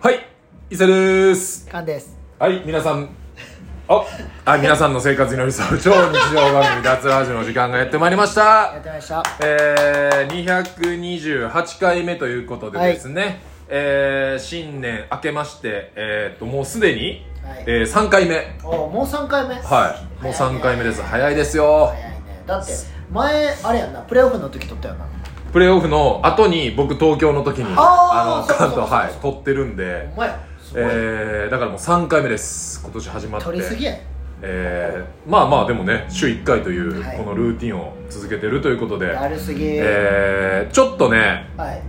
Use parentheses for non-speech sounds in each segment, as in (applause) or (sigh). はい伊勢ですカンですはい皆さんああ皆さんの生活に寄り添う超日常番組「脱ラジ」の時間がやってまいりましたやってまいりましたえー、228回目ということでですね、えー新年明けまして、えーっともうすでに、はいえー、3回目はいおもう3回目もう3回目です早早いねいですよ早いねだって前あれやんなプレーオフの時撮ったよなプレーオフの後に僕東京の時にあーの関そうそうそうそう東はい撮ってるんでお前やすごい、えー、だからもう3回目です今年始まって撮りすぎやんえーまあまあでもね週1回というはいこのルーティンを続けてるということで、やるすぎ、えーちょっとねはい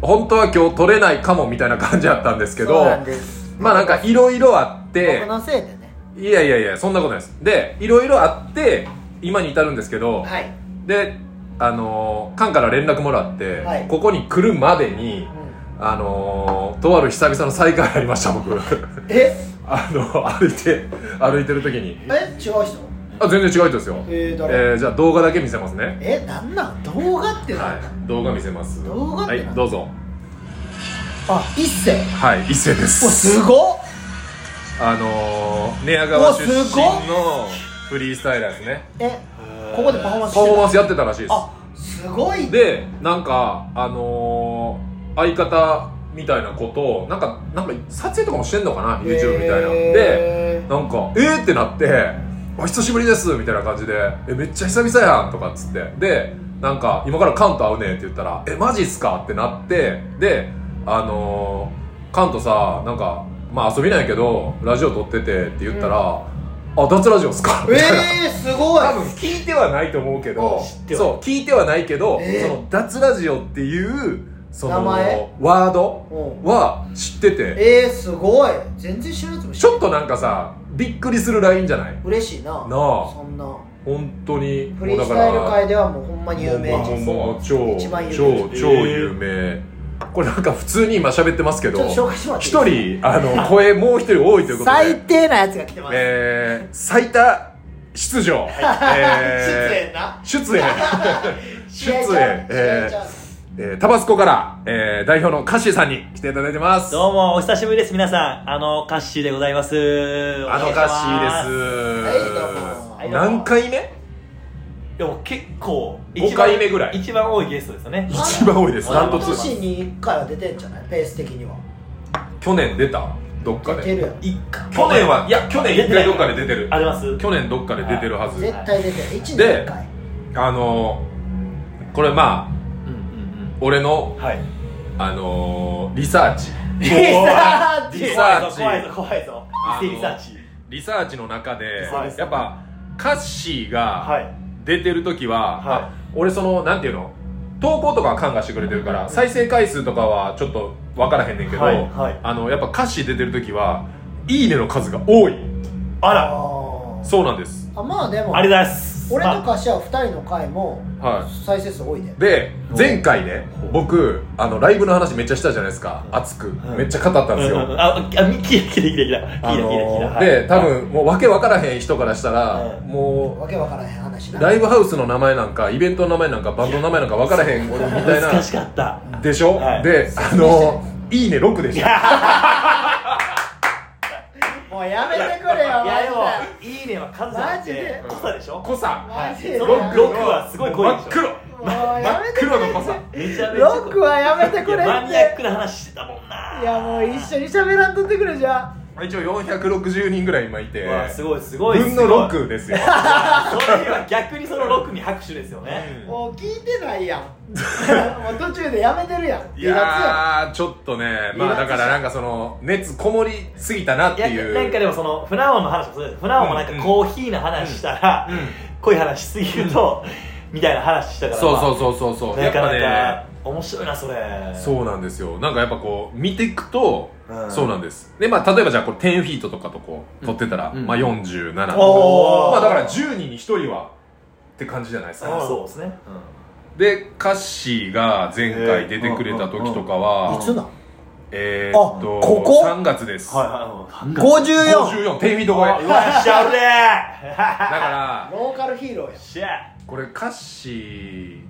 本当は今日取れないかもみたいな感じだったんですけそどうなんですまあなんかいろいろあって僕のせいでねいやいやいやそんなことないですでいろいろあって今に至るんですけど、はい、であのーカンから連絡もらって、はいここに来るまでにあのーとある久々の再会がありました (laughs) 僕うん、えあの歩いて歩いてる時にえ違う人あ全然違う人ですよえー、誰、えー、じゃあ動画だけ見せますねえなんなん動画ってなんなん、はい動画見せます動画っはていなんだどうぞあ一世はい一斉でおすすごっあのー、寝屋川お出す身ごっのフリースタイラーですねえここでパフォーマンスパフォーマンススやってたらしいですあすごいねでなんかあのー、相方みたいなことをなんかなんか撮影とかもしてんのかな YouTube みたいなでえなんか「えー!」ってなって「お久しぶりです」みたいな感じで「えめっちゃ久々やん」とかっつってでなんか「今からカンと会うね」って言ったら「えマジっすか?」ってなってであのー、カンとさなんかまあ遊びないけどラジオ撮っててって言ったら「あ脱ラジオっすか?」ー、みたいな。えー、すごい多分聞いてはないと思うけど知ってはそう聞いてはないけど、えーその脱ラジオっていうその名前ワードうんは知っててえー、すごい全然知らないやつも知ちょっととなんかさびっくりするラインじゃない嬉しいなななあそんな本当にフもリうーだスかタイルら界ではもうほんまに有名人もうもうもう一番有名超超人超有名これなんか普通に今喋ってますけちょどっと紹介してもらっていい一人あの声もう一人多いということ最で低なやつが来てます、えー最多出場出え演なー出演 (laughs) 出 (laughs) 試合ちゃう演え試合ちゃうーえータバスコからえー代表のカッシーさんに来ていただいてますどうもお久しぶりです皆さんあのカッシーでございますあのカッシーはいどうもです何回目すでも結構五回目ぐらい一番多いゲストですよね一番多いですあダンのト半ツ年に1回は出てんじゃないペース的には去年出たどっか出てでるやろ一回去年はいや去年一回どっかで出てるあります去年どっかで出てるはず絶対出てる1年1回あのー、これまあうんうん俺のうんはいあのー、リサーチリサー (laughs) チリサーチ怖いぞ怖いぞあのリサーチリサーチの中でそうですやっぱカッシーはがい出てる時は、はいあ俺そのなんていうの投稿とかは感がしてくれてるから再生回数とかはちょっと分からへんねんけど、はいはいあのやっぱカッシー出てる時は「いいね」の数が多いああらーそうなんですあまあでもありがとうございます俺まとかしは2人の回もは再生数多いで、いで前回ねほう僕あのライブの話めっちゃしたじゃないですか熱くんめっちゃ語ったあんですよ、うんうんああ聞いた聞いた聞いた聞いたあ聞いた聞いたの聞いたで多分もう訳分からへん人からしたらうんもわけわからへん話うなライブハウスの名前なんかイベントの名前なんかバンドの名前なんか分からへん俺みたいな (laughs) 難しかったでしょはいであの「いいね6」でしたもうやめてくれよいマジやででもいいねは数じゃなくマてジで濃さでしょ濃さマジでそロのックロックはすごい濃い真でしっょ黒もうや真っめてくれ黒の濃さめちゃめちゃ濃いロックはやめてくれっていやマニアックな話してたもんないやもう一緒に喋らんとってくれじゃ一応460人ぐらい今いてわあすごいすごい分のロッすごいクです (laughs) よあそれは逆にそのロックに拍手ですよねあもう聞いてないやんもう途中でやめてるやんい離脱ややーちょっとねまあだからなんかその熱こもりすぎたなっいてやいうなんかでもその船尾の話もそうです船尾もなんうんうんかコーヒーの話したら、うん濃い話しすぎると、みたいな話したからそうそううそうそうそうやなっかぱなねか面白いなそれそうなんですよなんかやっぱこう見ていくと、うんそうなんですでまあ例えばじゃあこれ10フィートとかとこう撮ってたら、うんまあ47まおーあだから10人に1人はって感じじゃないですあかそうですね、でカッシーが前回出てくれた時とかんは、いつなんえー、っとあここ3月です、はいはいはい54 54 10フィート超あえうだかわっしゃうねらローカルヒーローやシェアこれカッシー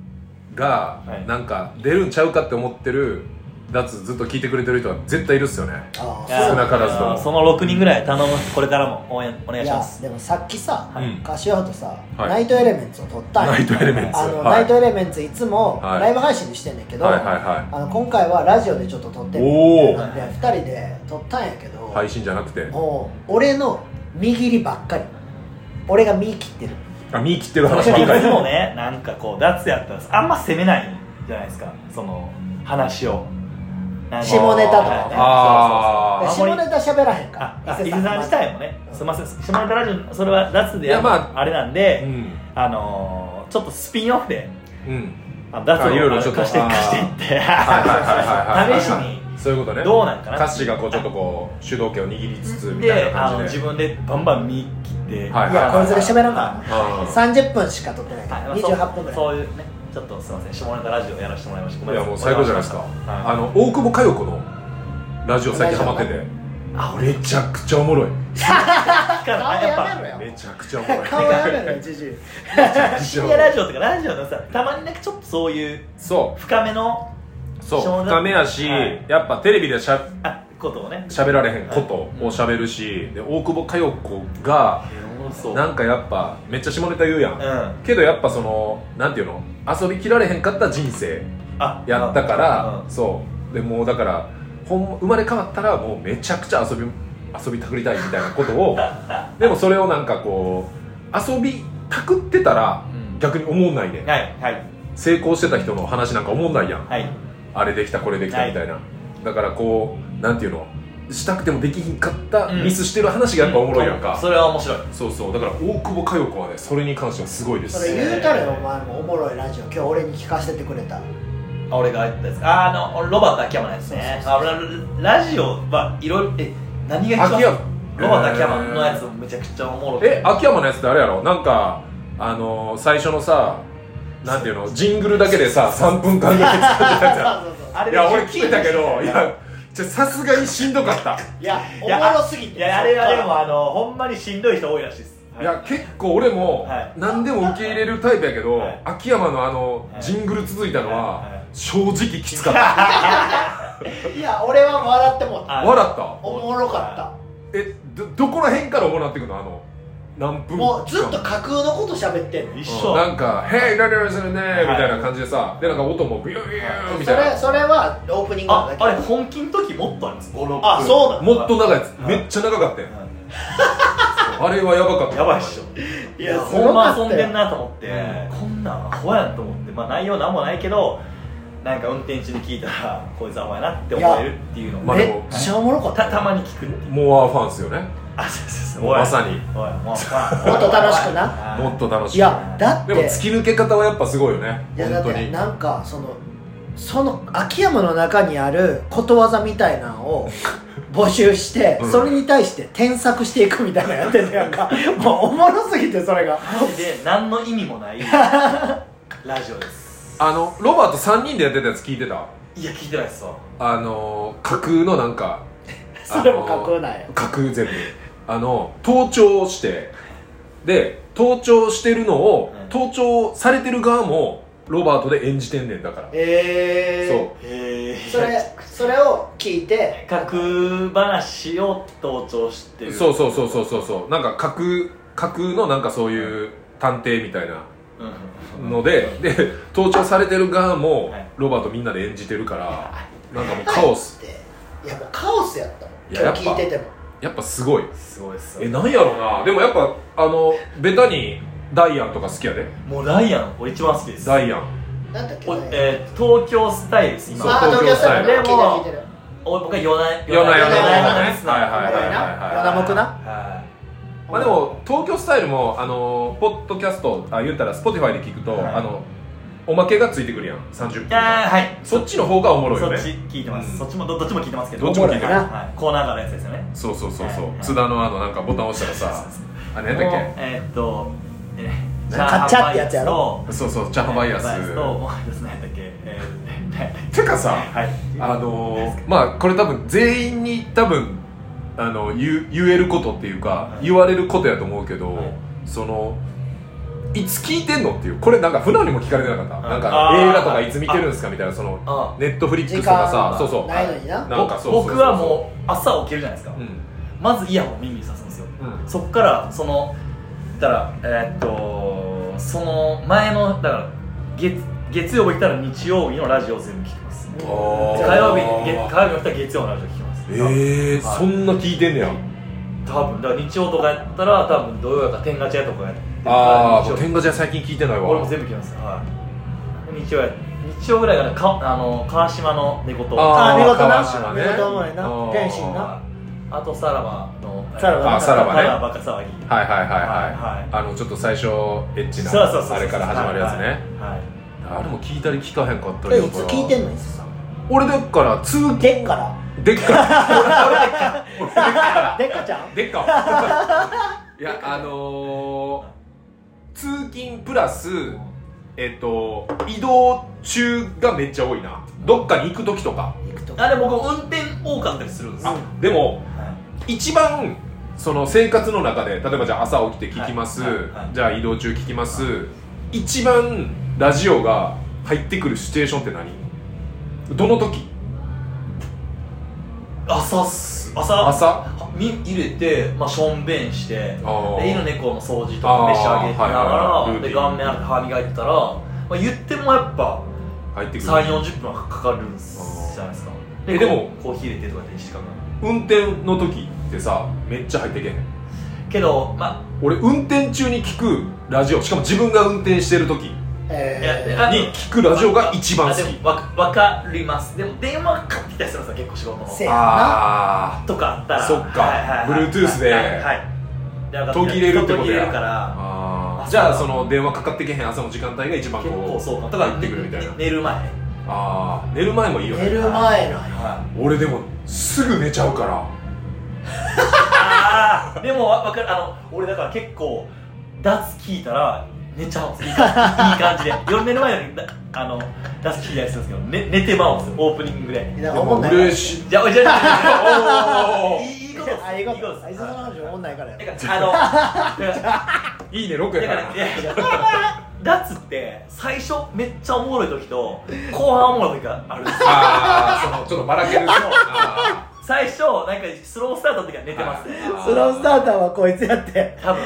がはいなんか出るんちゃうかって思ってる脱ずっと聞いてくれてる人は絶対いるっすよねあいや少なからずともその6人ぐらい頼むこれからも応援お願いいしやますでもさっきさ、はい柏とさ、はいナイトエレメンツを撮ったんよナイトエレメンツあの、はいナイトエレメンツいつもはいライブ配信でしてんねんけど、はいはいはあの今回はラジオでちょっと撮ってみおーたいなんで2人で撮ったんやけど、い配信じゃなくてもう俺の見切りばっかり俺が見切ってるあ見切ってるそ話しばっかてりいつもねなんかこう脱やったらあんま責めないじゃないですかその話をなんか下ネタとかねはいあーそう下そうそうあんネまりタ喋らへんかあらあ伊勢さん自体もねうんすいません下ネタラジオそれは脱でいややるまああれなんで、うんあのーちょっとスピンオフでうんあの脱あいろいをろちょっと貸してあー貸していっはいてはいはいはいはい試しにそういうことねどうなんかな歌詞がこうちょっとこう主導権を握りつつみたいでなあ感のじ自で分でバンバン見切って、はいいやこれずれ喋らんかあーら30分しか撮ってないからはい28分ぐらいそういうねちょっとすいません下ネタラジオやらせてもらいましたごいめんやなさもう最高じゃないですかはいあの大久保佳代子のラジオ最近ハマっててあ俺めちゃくちゃおもろい顔聞かないやっやぱめろよめちゃくちゃおもろい (laughs) 顔やめろよじじい深夜ラジオ (laughs) とかラジオのさたまになんかちょっとそういうそ深めのうそう少年深めやし、はいやっぱテレビでしゃあことをね喋られへんことを喋るし、で大久保佳代子がそうなんかやっぱめっちゃ下ネタ言うやん、うんけどやっぱそのなんていうの遊びきられへんかった人生あやったから、うんそうでもうだからほん生まれ変わったらもうめちゃくちゃ遊び遊びたくりたいみたいなこと (laughs) をでもそれをなんかこう遊びたくってたらうん逆に思んないねはいはい成功してた人の話なんか思んないやんはいあれできたこれできたみたいな、だからこうなんていうのしたくてもできひんかった、うんミスしてる話がやっぱおもろいやんか、うそれは面白いそうそうだから大久保佳代子はねそれに関してはすごいですそれ言うたらよお前もおもろいラジオ今日俺に聞かせてくれたあ俺がやったやつああの俺ロバート秋山のやつねそうそうあララジオはいろいろえ何が一番秋山ロバート秋山のやつもめちゃくちゃおもろくてえ秋山のやつってあれやろなんかあのー、最初のさなんていうのジングルだけで (laughs) さ3分間だけ使ってたやそうそうそうあつれやんい (laughs) や俺聞いたけどいいやちょさすがにしんどかった (laughs) いやおやもろすぎていやあれあれもあのほんまにしんどい人多いらしいですいや結構俺もはい何でも受け入れるタイプやけど、はい秋山のあのはいジングル続いたのはいははい正直きつかったいや俺は笑ってもうたあ笑ったおもろかえどどこら辺からもらってくのあの何った分もうずっと架空のこと喋ってんの一うん緒なんか「Hey 何々するね」みいたいな感じでさでなんか音もビュービューみそたいなれそれはオープニングのあだけあれ本気の時もっとあります56分あそうなのもっと長いやつ、はいめっちゃ長かったよ、うあれはやばかったんやばいっしょいやすほごんまか遊っんたでよんなと思って、こんなんアホやんと思ってまあ内容なんもないけどなんか運転中に聞いたらこいつアホやなって思えるっていうのをまあでもめっちゃおもろかったたたまに聞くっていうモアファンっすよねあそうそうそうおいまさにおいもうもっと楽しくなもっと楽しいいやだっでても突き抜け方はやっぱすごいよねいやだっ本当てになんかそのその秋山の中にあることわざみたいなの (laughs) を募集して、うんそれに対して添削していくみたいなのやってるやん (laughs) かもうおもろすぎてそれがマジで何の意味も (laughs) ないラジオですあのロバート3人でやってたやつ聞いてたいや聞いてないっすわあのー架空のなんかそれも架空なんや架空全部あの盗聴してで盗聴してるのをうん盗聴されてる側もロバートで演じてんねんだから、ええそへえそれそれを聞いて架空話を盗聴してうるそうそうそうそうそうそうなんか架空架空のなんかそういう探偵みたいなうん、のでで盗聴されてる側もはいロバートみんなで演じてるからなんかもうカオスっていやもうカオスやったもんいや今やっ日ぱ聞いててもやっぱすごいすごいっすわえなんやろなでもやっぱあのベタにダイアンとか好きやでもうライアン俺一番好きですダイアンなんだっけおねえー東京スタイルです今そうあー東京スタイル東京スタイル聞いてる聞いてるお僕は夜な夜な夜なのやつなんではいはいはいはいはい夜なもくなはまあでも東京スタイルもあのポッドキャストあ言ったら Spotify で聞くと、はいあのおまけがついてくるやん30分いあーはいそっちの方がおもろいよそっねち聞いてます、うんそっちもどどっちも聞いてますけどどっちも聞いてるおもろいなはい、コーナーがのやつですよねそうそうそうそう、はい津田のあのなんかボタン押したらさあれなんだっもうえーっとえーカッチャってやつやろけそうそうチャハバイアスチャーハンバイアスともう一つ何やったっけえー何やったっけてか (laughs) さ、はいあのーまあこれ多分全員に多分あの言う言えることっていうか、はい言われることやと思うけど、はいそのいつ聞いてんのっていうこれなんか普段にも聞かれてなかったんなんあかー映画とかいつ見てるんですかみたいなそのあネットフリックス時と間かさそうそうないのにななんかそうそうそうそう僕はもう朝起きるじゃないですか、うんまずイヤホン耳にさすんですようんそっからその言ったらえーっとその前のだから月月曜日来たら日曜日のラジオを全部聞きますうあんー火曜日月火曜日の来たら月曜のラジオ聞きますええはいそんな聞いてんねや多分だから日曜とかやったら多分土曜やから天ガチャとかやってるからあ日あ曜天下じゃ最近聞いてないわ俺も全部聞きますはい日曜や日曜ぐらいからかあの川島の寝言あああ見事川な島ね見事思いなあー天心なああとさらばのさらばあさらばねさらばバカ騒ぎはいはいはいはい、はいはいあのちょっと最初エッチなそうそうそうそうあれから始まるやつね、はいはいはいあれも聞いたり聞かへんかったりえだいかつら聞いてんの伊勢さん俺だから通勤ででっからっか (laughs) 俺俺でっかでっかちゃん俺でっかでっかいやあのー、通勤プラスえっと移動中がめっちゃ多いなどっかに行く時とか行くとあれ僕運転多かったりするんですよあでもはい一番その生活の中で例えばじゃあ朝起きて聞きます、はいはいはいじゃあ移動中聞きます、一番ラジオが入ってくるシチュエーションって何どの時朝っす朝朝み入れて、まあ、しょんべんしてあーで犬猫の掃除とあかー飯あげてながら、はいはいはいルーティでン顔面洗って歯磨いてたら、まあ、言ってもやっぱ入ってくる3 4 0分はかかるんすじゃないですかえでもコーヒー入れてとかで1時間かかる運転の時ってさめっちゃ入ってけへんけどま俺運転中に聞くラジオしかも自分が運転してる時にあえやあ聞くラジオが一番好きあでもわわかりますでも電話かかってきたりするんですよ結構仕事せのやあとかあったらそっかはいはいはい Bluetooth ではいはいなんか途切れるってことや途切れるかーらあーじゃあその電話かかってけへん朝の時間帯が一番結こう構そうかだかだからら入ってくるみたいな寝る前ああ寝る前もいいよーね寝る前なんやはい俺でもすぐ寝ちゃうからあーでもわわかるあの俺だから結構脱聞いたら寝ちゃうんですいい感じい (laughs) い感じで夜寝る前にだあの脱聞いたりするんですけど、ね、寝てまうんですよオープニングでなんかおもんない嬉しいじゃあおいじゃあおー (laughs) いいいいことですあいいことですあいいいつこのと話おもんないからでやすだからあ (laughs) のだからいいね6だやかかららいやいやダツって最初めっちゃおもろい時と後半おもろい時があるんですよああそのちょっとばらけるのあ最初なんかスロースタートの時は寝てますねースロースターターはこいつやって多分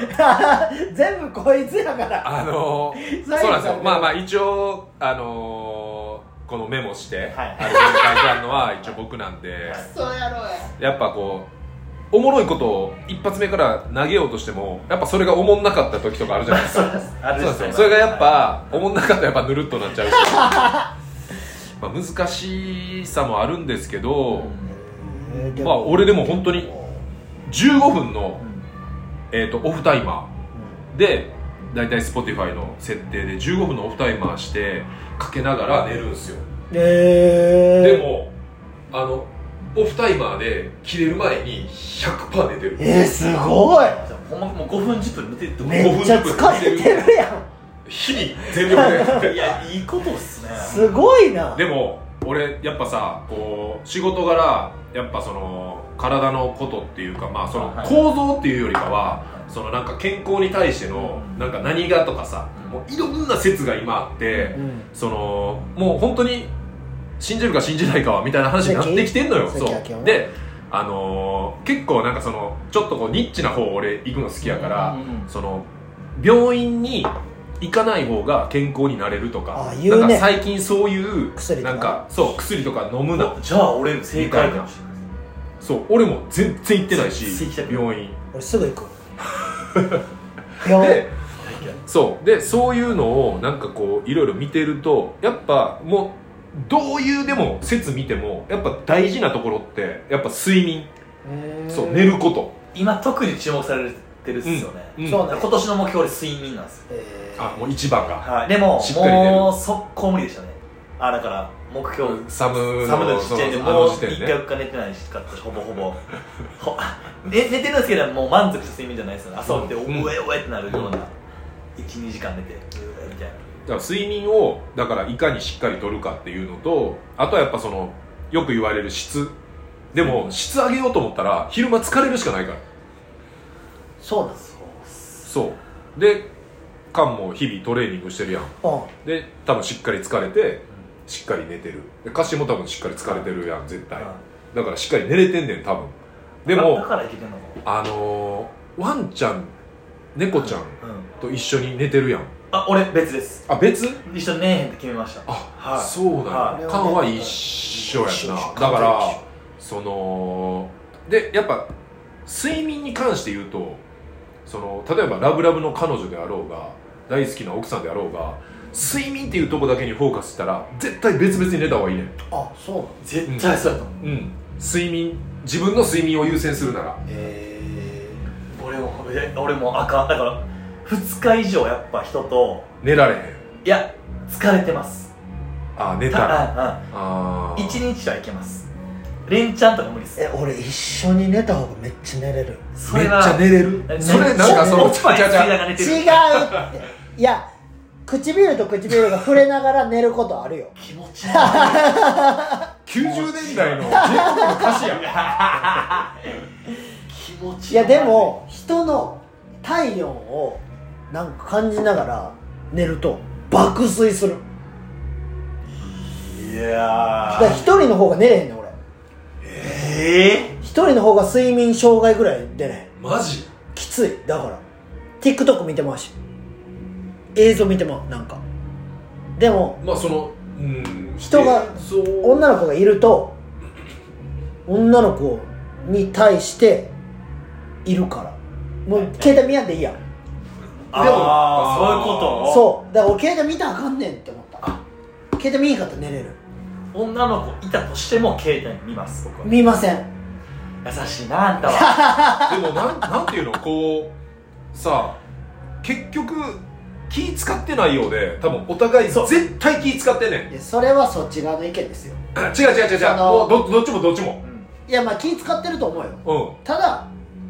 全部こいつやからあのー、そうなんですよまあまあ一応あのー、このメモして、はいあれに書いてあるのは一応僕なんでそうやろうややっぱこうおもろいことを一発目から投げようとしてもやっぱそれがおもんなかった時とかあるじゃないですか (laughs) そあうなれでんですすねよそれがやっぱおもんなかったらやっぱぬるっとなっちゃうし (laughs) まあ難しさもあるんですけど、えーでまあも俺でも本当に15分の、えー、とオフタイマーで大体 Spotify の設定で15分のオフタイマーしてかけながら寝るんですよ、えーでもあのオフタイマーで切れる前に100%寝てるえーすごいじゃあほんまもう5分10分寝てるってことめっちゃ疲れてるやん日々全力で (laughs) いやいいことっすねすごいなでも俺やっぱさこう仕事柄やっぱその体のことっていうかまあそのはい構造っていうよりかははいそのなんか健康に対してのなんか何がとかさうんもういろんな説が今あってうんそのもう本当に信じるか信じないかはみたいな話になってきてんのよ関そ関明夫うねであのー結構なんかそのちょっとこうニッチな方俺行くの好きやから、うんうんうんその病院に行かない方が健康になれるとかあ言うねなんか最近そういう薬とかなんかそう薬とか飲むなじゃあ俺正解かもしれないそう俺も全然行ってないし全然行きたくない病院俺すぐ行く (laughs) 病でそうでそういうのをなんかこういろいろ見てるとやっぱもうどういうでも説見てもやっぱ大事なところってやっぱ睡眠ーんそう寝ること、今特に注目されてるっすよね、うんそうなん今年の目標で睡眠なんですよえーあもう一番がはい、でもしっかり寝るもう速攻無理でしたねあだから目標サム寒のちっちゃいんでそのあもうの時点一で回うっか寝てないしかったほぼほぼほ寝寝てるんですけどもう満足した睡眠じゃないですよね朝起きておうんえおえってなるような12時間寝てうえみたいなだから睡眠をだからいかにしっかりとるかっていうのとあとはやっぱそのよく言われる質でも質上げようと思ったら昼間疲れるしかないからそうなんですそうでカンも日々トレーニングしてるやんうんで多分しっかり疲れてしっかり寝てるで歌詞も多分しっかり疲れてるやん絶対だからしっかり寝れてんねん多分で (laughs) だもからいけてんのかあのー、ワンちゃん猫ちゃんな、うん、と一緒に寝てるやんあ俺別ですあ別一緒に寝えへんって決めましたあ、はいそうなんやはいカンは一緒やんな一緒だか完らそのでやっぱ睡眠に関して言うとその例えばラブラブの彼女であろうが大好きな奥さんであろうが睡眠っていうとこだけにフォーカスしたら絶対別々に寝た方がいいねんあそうなん絶対そうやと思う、うん睡眠自分の睡眠を優先するならえ俺もえ俺もあかんだから2日以上やっぱ人と寝られへんいや疲れてますあー寝たらたあうんー1日はいけます連チャンとか無理っすえ俺一緒に寝た方がめっちゃ寝れるそめれっちはゃ寝れるえそれなんかそのおっぱいちゃちゃ吸いながら寝てる違うっていや唇と唇が触れながら寝ることあ (laughs) るよ気持ち悪い90年代の J−POP の歌詞やん気持ち悪いいやでも人の体温をなんか感じながら寝ると爆睡するいやだから一人の方が寝れへんねん俺え一人の方が睡眠障害ぐらい出れへんマジきついだから TikTok 見てまうし映像見てまうなんかでもまあその、うん、人がえーそう女の子がいると女の子に対しているからもう携帯見やんでいいやんー、ででももそういうことそうだから俺携帯見たらあかんねんって思った携帯見んかったら寝れる女の子いたとしても携帯見ます僕は見ません優しいなあんた (laughs) はでもなんなんていうのこうさあ結局気使ってないようで多分お互いそう絶対気使ってんねんいやそれはそっち側の意見ですよ違う違う違う違そうのもうどどっちもどっちもうんいやまあ気使ってると思うようただ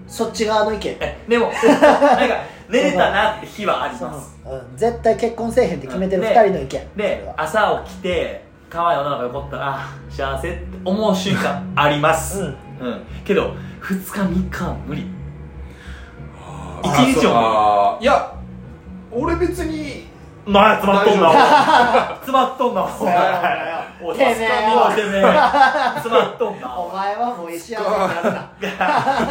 そっち側の意見えでもなんか寝れたなって日はありそまのす、うん、絶対結婚せえへんって決めてるうん2人の意見それでは朝起きて可愛い女の子が怒ったらあー幸せって思う瞬間あります、うんうん、けど2日3日は無理ん一日あもあいや俺別にまあ詰まっとんなおい詰まっとんなそうやおいおいてめえはおいてめえ詰まっとんなおおい前はもう石山になるな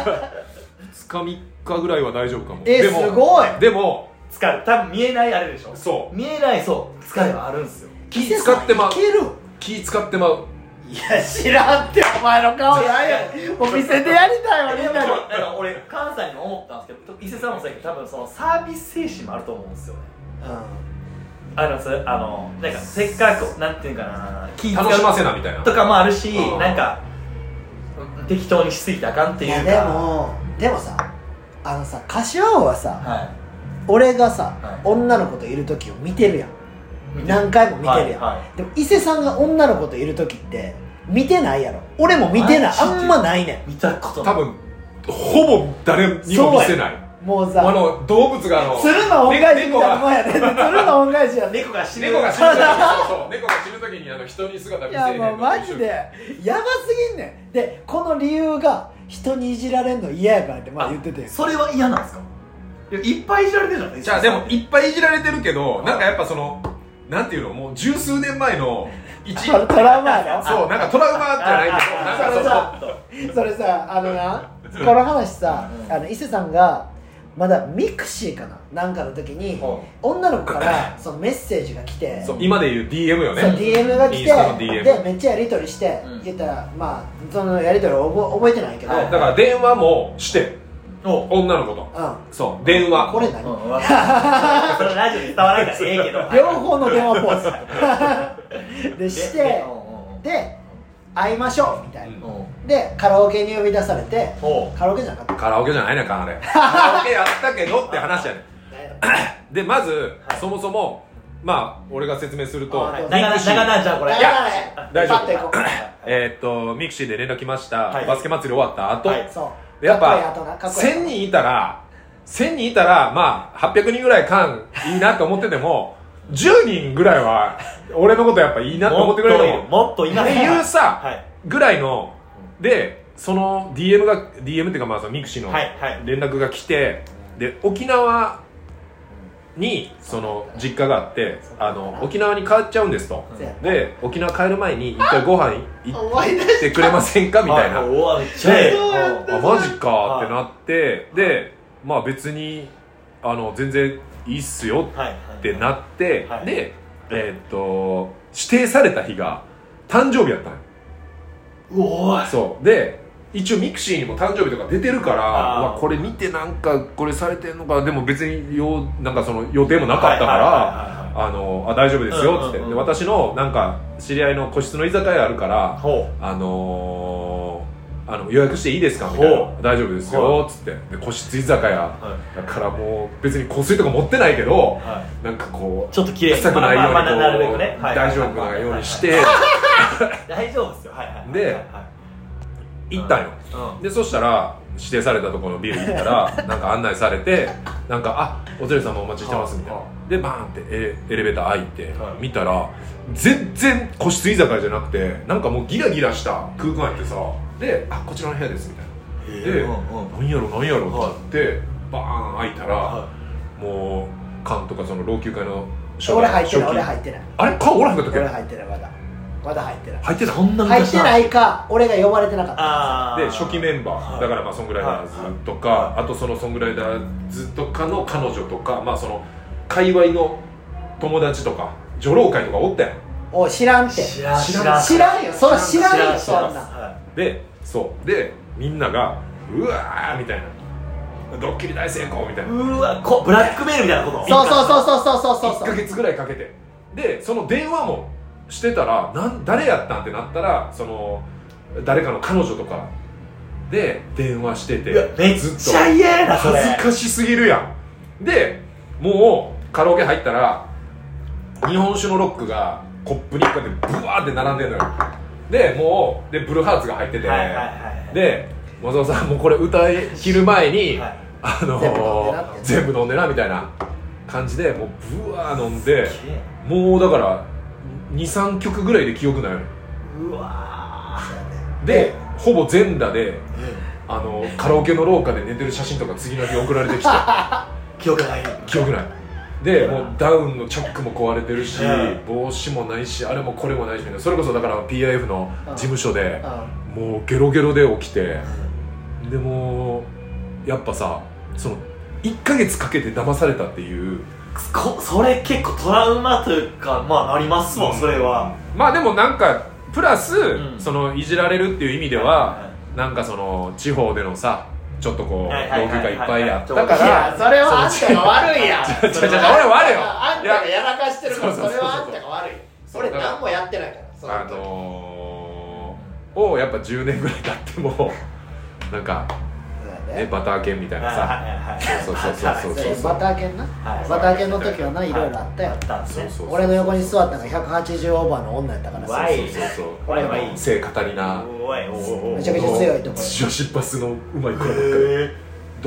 2日3日ぐらいは大丈夫かもえでもすごいでも疲れ多分見えないあれでしょそ見えないそう疲れはあるんすよう気使ってまういける気使ってまういや知らんってお前の顔ないやお店でやりたいわみでんもななんにか俺関西にも思ったんですけど伊勢さんもそうやけど多分そのサービス精神もあると思うんですよねあのそれあのなんかせっかくなんていうかな気使う楽しませなみたいなとかもあるしうんなんか適当にしすぎてあかんっていいうやかでもでもさあのさ柏王はさは俺がさ、はい女の子といる時を見てるやんい何回も見てるやん、はいはいでも伊勢さんが女の子といる時って見てないやろ俺も見てないああんまないね見たことない多分ほぼ誰にも見せないんもうあさの動物があの鶴の恩返しみたいなもん (laughs) やね鶴の恩返しやね猫が死ぬ猫が死ぬ時にそうそう猫が死ぬ時にあの人に姿見いせへんやのもうマジでやばすぎんねんでこの理由が人にいじられんの嫌やからってまあ言っててんそれは嫌なんですかいやいっぱいいじられてるじゃないじゃあでもいいっぱいいじられてるけどなんかやっぱそのなんていうのもう十数年前の一それトラウマやろそうなんかトラウマじゃないけどなんかそそれのさそれさあのなこの話さうんあの伊勢さんがまだミクシーかななんかの時には女の子からそのメッセージが来てそう今で言う DM よそうね DM が来イてンスタの DM でめっちゃやり取りして、うん言ったらまあそのやり取りを覚え覚えてないけど、はいだから電話もして女の子とそう電うん話これう何、んわかるそれラジオで伝わらんからええけど両方の電話ポー (laughs) ズでしてで会いましょうみたいな、うんでカラオケに呼び出されてほカラオケじゃなかっカラオケじゃないなかあ (laughs) れカラオケやったけどって話やねんたでまず、はいそもそもまあ俺が説明するとあどううぞ長な長なんじゃんこれいや大丈夫パッと行こえーっとミクシーで連絡来ました、はいバスケ祭り終わった後、はういそうでやっかっこいいあとなぱかっこいい1000人いたら1000人いたらまあ800人ぐらい感いいなと思ってても10人ぐらいは俺のことやっぱいいなと思ってくれると思もっといなうっていいうさはいぐらいのでその DM が DM っていうかまあそのミクシーのはいはい連絡が来てで沖縄にその実家があってあの沖縄に帰っちゃうんですとそうやで沖縄帰る前に一回ご飯行思い出しってくれませんかみたいな終わっちゃたえそうやってあさマジかってなってでまあ別にあの全然いいっすよはいはいってなってはいでえーっと指定された日が誕生日やったのようおーそうで一応ミクシーにも誕生日とか出てるからあーうわこれ見てなんかこれされてんのかでも別にようなんかその予定もなかったから、はあのあ大丈夫ですよっつって、うんうんうんで私のなんか知り合いの個室の居酒屋あるからいはいはいはいほあのーあの予約していいですかみたいなほ大丈夫ですよっつってで個室居酒屋うはいだからもう別に香水とか持ってないけどはなんかこいうちょっと綺麗臭くないようにまあまあまあなるべこくうねはい大丈夫なようにして大丈夫ですよはいはいはいではいは行ったんよいうんでそしたら指定されたところのビル行ったら (laughs) なんか案内されてなんか「あお連れ様お待ちしてます」みたいなはでバーンってエレエレベーター開いてはい見たら全然個室居酒屋じゃなくてなんかもうギラギラした空間やってさで「あこちらの部屋です」みたいなでうんうんなんやろなんやろってなってバーン開いたらはもう缶とかその老朽化の俺入って初期ない俺入ってないあれ缶おらへんかったっけ俺入ってないまだまだ入ってない入っていたそんな入ってないいか俺が呼ばれてなかったああで初期メンバー、はいだからまあソングライダーズとか、はいあとそのソングライダーズとかの彼女とかまあその界隈の友達とか女郎会とかおったやんおい知らんって知らん知らん知らんよそら知らんよ知そらんなはでそうでみんながうわーみたいなドッキリ大成功みたいいなうわこブラックメールみたいなことそうそうそうそうそうそう1そうヶ月ぐらいかけてでその電話もしてたらなん誰やったんってなったらその誰かの彼女とかで電話してていやめっずっとちゃ嫌やなそれ恥ずかしすぎるやんでもうカラオケ入ったら日本酒のロックがコップにこうやってブワーって並んでるのよでもうでブルーハーツが入ってて、はいはいはいで松本さんもうこれ歌い切る前に、はいあのー全部飲んでなみたいな感じでもうブワー飲んで綺麗もうだから23曲ぐらいで記憶ないのようわでほぼ全裸であのーカラオケの廊下で寝てる写真とか次の日送られてきてー記憶ない記憶ないでもうダウンのチャックも壊れてるしうん帽子もないしあれもこれもないしみたいなそれこそだから PIF の事務所でうんもうゲロゲロで起きてでもうやっぱさその1ヶ月かけて騙されたっていうこそれ結構トラウマというかまあなりますもんそれはまあでもなんかプラス、んそのいじられるっていう意味ではいははなんかその地方でのさちょっとこう老はいはい朽は化いはいいっぱいあったちょかっといらやそれはあんたが悪違う違ういやん違う俺悪いよあんいたやがやらかしてるからそそうそうれそうそうはあんたが悪いよそう俺何もやってないからそのあ時のー、をやっぱ10年ぐらい経ってもなんか、そうやね、ねバター犬みたいなはさいはいはいそうそうそうそうそうバター犬なはいバター犬の時はないろいろあったよあったんですそうねそうそう俺の横に座ったのが180オーバーの女やったからさわそうそうそう俺はいい聖カタリナおいおいおいおいめちゃくちゃ強いとこ女ろ子バスのうまい子ばっかへり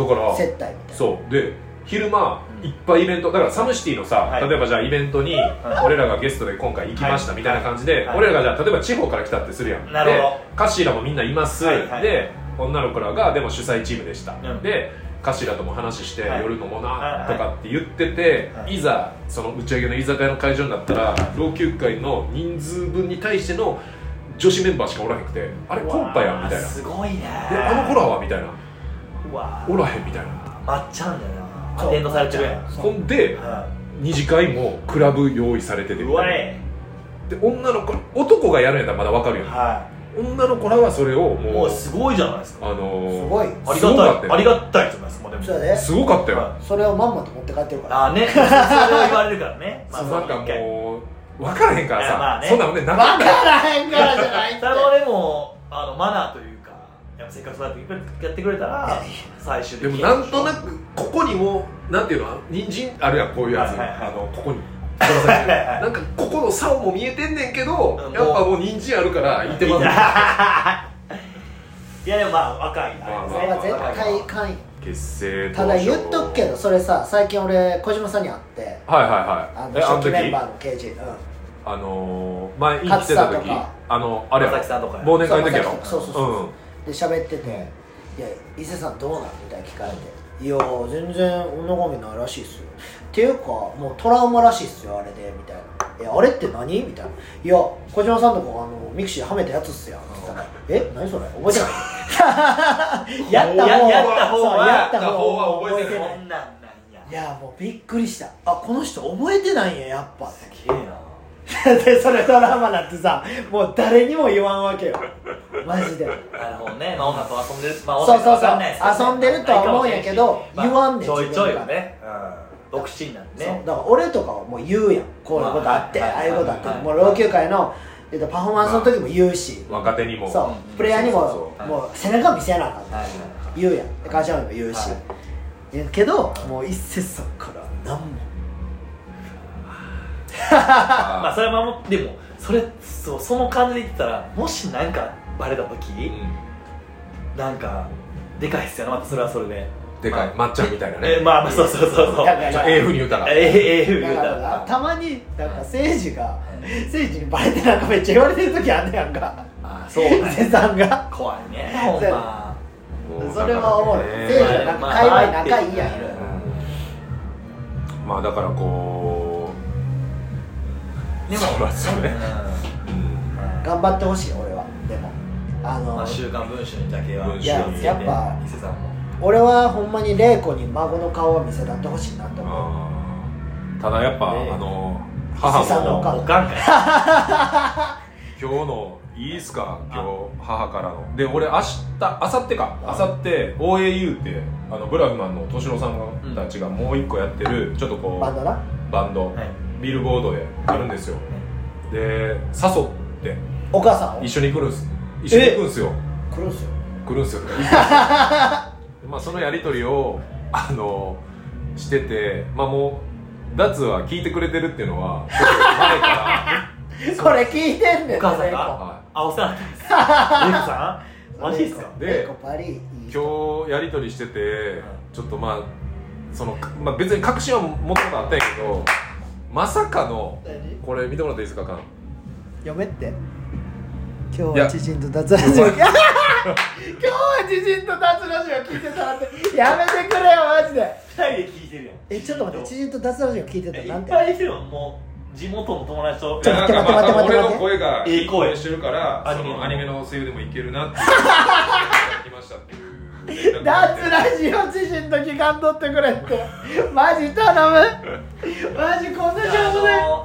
だから接待みたいなそうで昼間うんいっぱいイベントだからサムシティのさ、はい例えばじゃあイベントにい俺らがゲストで今回行きましたはいみたいな感じで、はい俺らがじゃあ例えば地方から来たってするやんなるほどでカシーラもみんないます、はいはいで女の子らがでも主催チームでした、うんでカシーラとも話して、はい夜飲もうはいはないとかって言ってて、、はいいざその打ち上げの居酒屋の会場になったら老朽会の人数分に対しての女子メンバーしかおらへんくてあれうわコンパやんみたいなすごいねであの子らはみたいなうわおらへんみたいなまっちゃうんだよなそうアテンドされてるやんそうほんで、う二次会もクラブ用意されててんみうわたいいなで女の子男がやるんやったらまだわかるよは女の子らはそれをいももううすごいじゃないですかあのー、すごいありすごかがったたいよありがたいじゃないですかでもそうやですごかったよ、それをまんまと持って帰ってるからああ (laughs) ねそれは言われるからね (laughs) そうなんか一回もう分からへんからいさ、やまあねそんなもんねな分かかんないらへんからじゃないっそてれもでもあのマナーというかやっぱせっかくそうやってくれやってくれたら最終で的もになんとなくくここにもなんていうの人参あるやんこういうやつ、はいはいはいあのここにぶら下げてるはいはいなんかここの竿も見えてんねんけどうんやっぱもう人参あるからいてます (laughs) いやでもまあ若いなまあまあそれは絶対いかんよ結成当た初だ言っとくけどそれさ最近俺小島さんに会ってはいはいはあいのえあの初期時メンバーの刑事うんあのー、前イン来てた勝時さんとかあのあれや松崎さんとかや忘年会の時やろそうそうそうそううんで喋ってて「いや伊勢さんどうなん?」みたいな聞かれて「いやー全然女神ないらしいっすよっていうかもうトラウマらしいっすよあれでみたいな「えあれって何?」みたいな「いや小島さんとこあのミクシーはめたやつっすやん」って言ったら「え何それ覚えてない?」やった方やはやった方はそうやった方やった方は覚えてそんななんなんやいやもうびっくりしたあこの人覚えてないんややっぱすげえな (laughs) でそれドラマなんてさもう誰にも言わんわけよマジでなるほどね、まあ、音楽と遊んでる、まあ、そうそうそう音楽わかんないですけどね遊んでるとは思うんやけどまあ言わんねんちょいちょい自分はかね、うん、独身なんそでうだねから俺とかはもう言うやんこういうことあってまあああいうことあってはいはいもう老朽会のえっとパフォーマンスの時も言うし若手にもそううんプレイヤーにそうもそうもう背中見せなあかんはい言うやん会社にも言うしはやけどもう一切さんから何もあーまあそれは守ってでもそれそうその感じで言ってたらもしなんかバレた時、うなんかでかいっすよねまたそれはそれでんでかい、まっちゃんみたいなえね。まあまあそうそうそうそうだからえじゃあ、ええ風に言うたら。えええ言だうたかららたまになんか政治が政治にバレてなんかめっちゃ言われてる時あんねやんかあそうね瀬さんが怖い (laughs) ねほんまもうそれは思うよだからねせいじゃなんか界隈仲いいやんいろいろうんまあ、だからこでもそうですよねうう、うんんま頑張ってほしい俺はでもあの、あ週刊文春だけは文春いややっぱ伊勢さんも俺はほんまに玲子に孫の顔を見せたってほしいなと思うあーただやっぱ、ねあの、伊勢さんのお母母も、おかんかい今日の、いいっすか、今日、母からの。で、俺、明日、明後日か、明後日、OAU って、あの、ブラフマンの敏郎さんがたちがもう一個やってる、ちょっとこバンドなう、バンド、はいビルボードであるんですよ。で、誘って、お母さんを一緒に来るんす一緒に来るんすよ来るんすよ来るんすよまあそのやり取りをあのしててまあもうダツは聞いてくれてるっていうのはちょっと前かこれ聞いてんねんお母さんが玲 (laughs) ら、子はあ、お世話になってます。さ (laughs) ん、マジですか。で玲子パリいいい、今日やり取りしててちょっとまあその、まあ、別に確信は持ったことあったんやけどまさかの何これ見てもらっていいですかかん嫁って今い日はや知人と脱ラジオ聞い (laughs) 今日は知人と脱ラジオ聞いてたなんてやめてくれよマジで二人で聞いてるやん。えちょっと待って知人と脱ラジオ聞いてたなんいってぱいいてるもん、もう地元の友達と。ちょっと待ってなんかまた待って待って俺の声がいい声してるからアそニメののアニメの声優でもいけるなっていう来ましたっていう連絡がダあっーてツラジオ自身の期間取ってくれってマジ頼むマジこんな上だからあ手での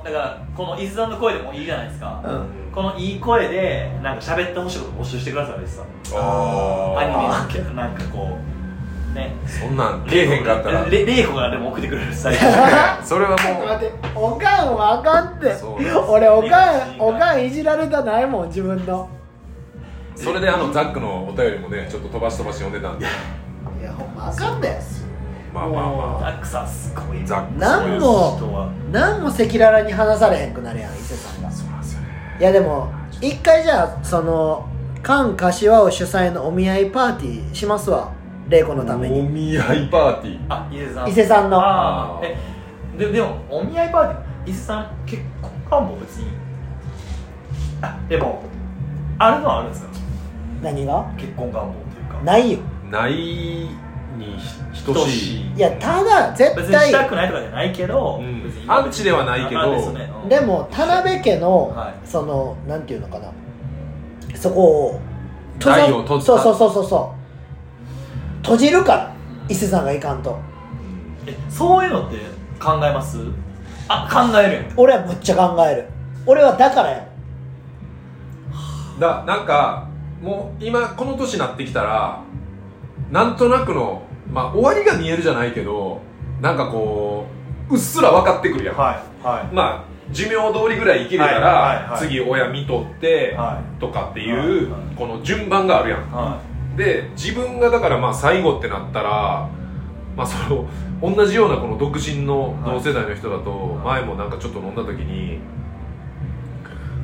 だから、この伊豆さんの声でもいいじゃないですか。うんこのいい声で、なんか喋ってほしいこと募集してください、伊豆さん。あアニーメの、なんかこう。ね。そんなんけえへんかったらレレイコがでも送ってくれる最近それはちょっとも待っておかんはあかんってそうなんです俺おかんおかんいじられたないもん自分のうそれであのザックのお便りもねちょっと飛ばし飛ばし読んでたんでいやほんまあかんだよま (laughs) あまあまザックさんすごいあザザッックそなんういうもク人は何も赤裸々に話されへんくなるやん伊勢さんがそうなんですよねいやでも一回じゃあその菅柏を主催のお見合いパーティーしますわ玲子のためおに見合いパーティーあ伊勢さん伊勢さんのあーえででもお見合いパーティー伊勢さん結婚願望別にあでもあるのはあるんですか何が結婚願望というかないよないにひ等しいいやただ絶別に対したくないとかじゃないけど、うん別にアンチではないけどあですよねうんでも田辺家の、はいそのなんていうのかなそこを閉ざ台を閉じそたうそうそうそうそう閉じるからうん伊勢さんがいかんとえそういうのって考えますあ考えるやん俺はむっちゃ考える俺はだからやだなんかもう今この年になってきたらなんとなくのまあ終わりが見えるじゃないけどなんかこううっすら分かってくるやん、はいはまあ寿命通りぐらい生きれたら、はいはいはい次親見とって、はとかっていう、はいはいこの順番があるやんはで自分がだからまあ最後ってなったらまあその同じようなこの独身の同世代の人だとはい前もなんかちょっと飲んだ時に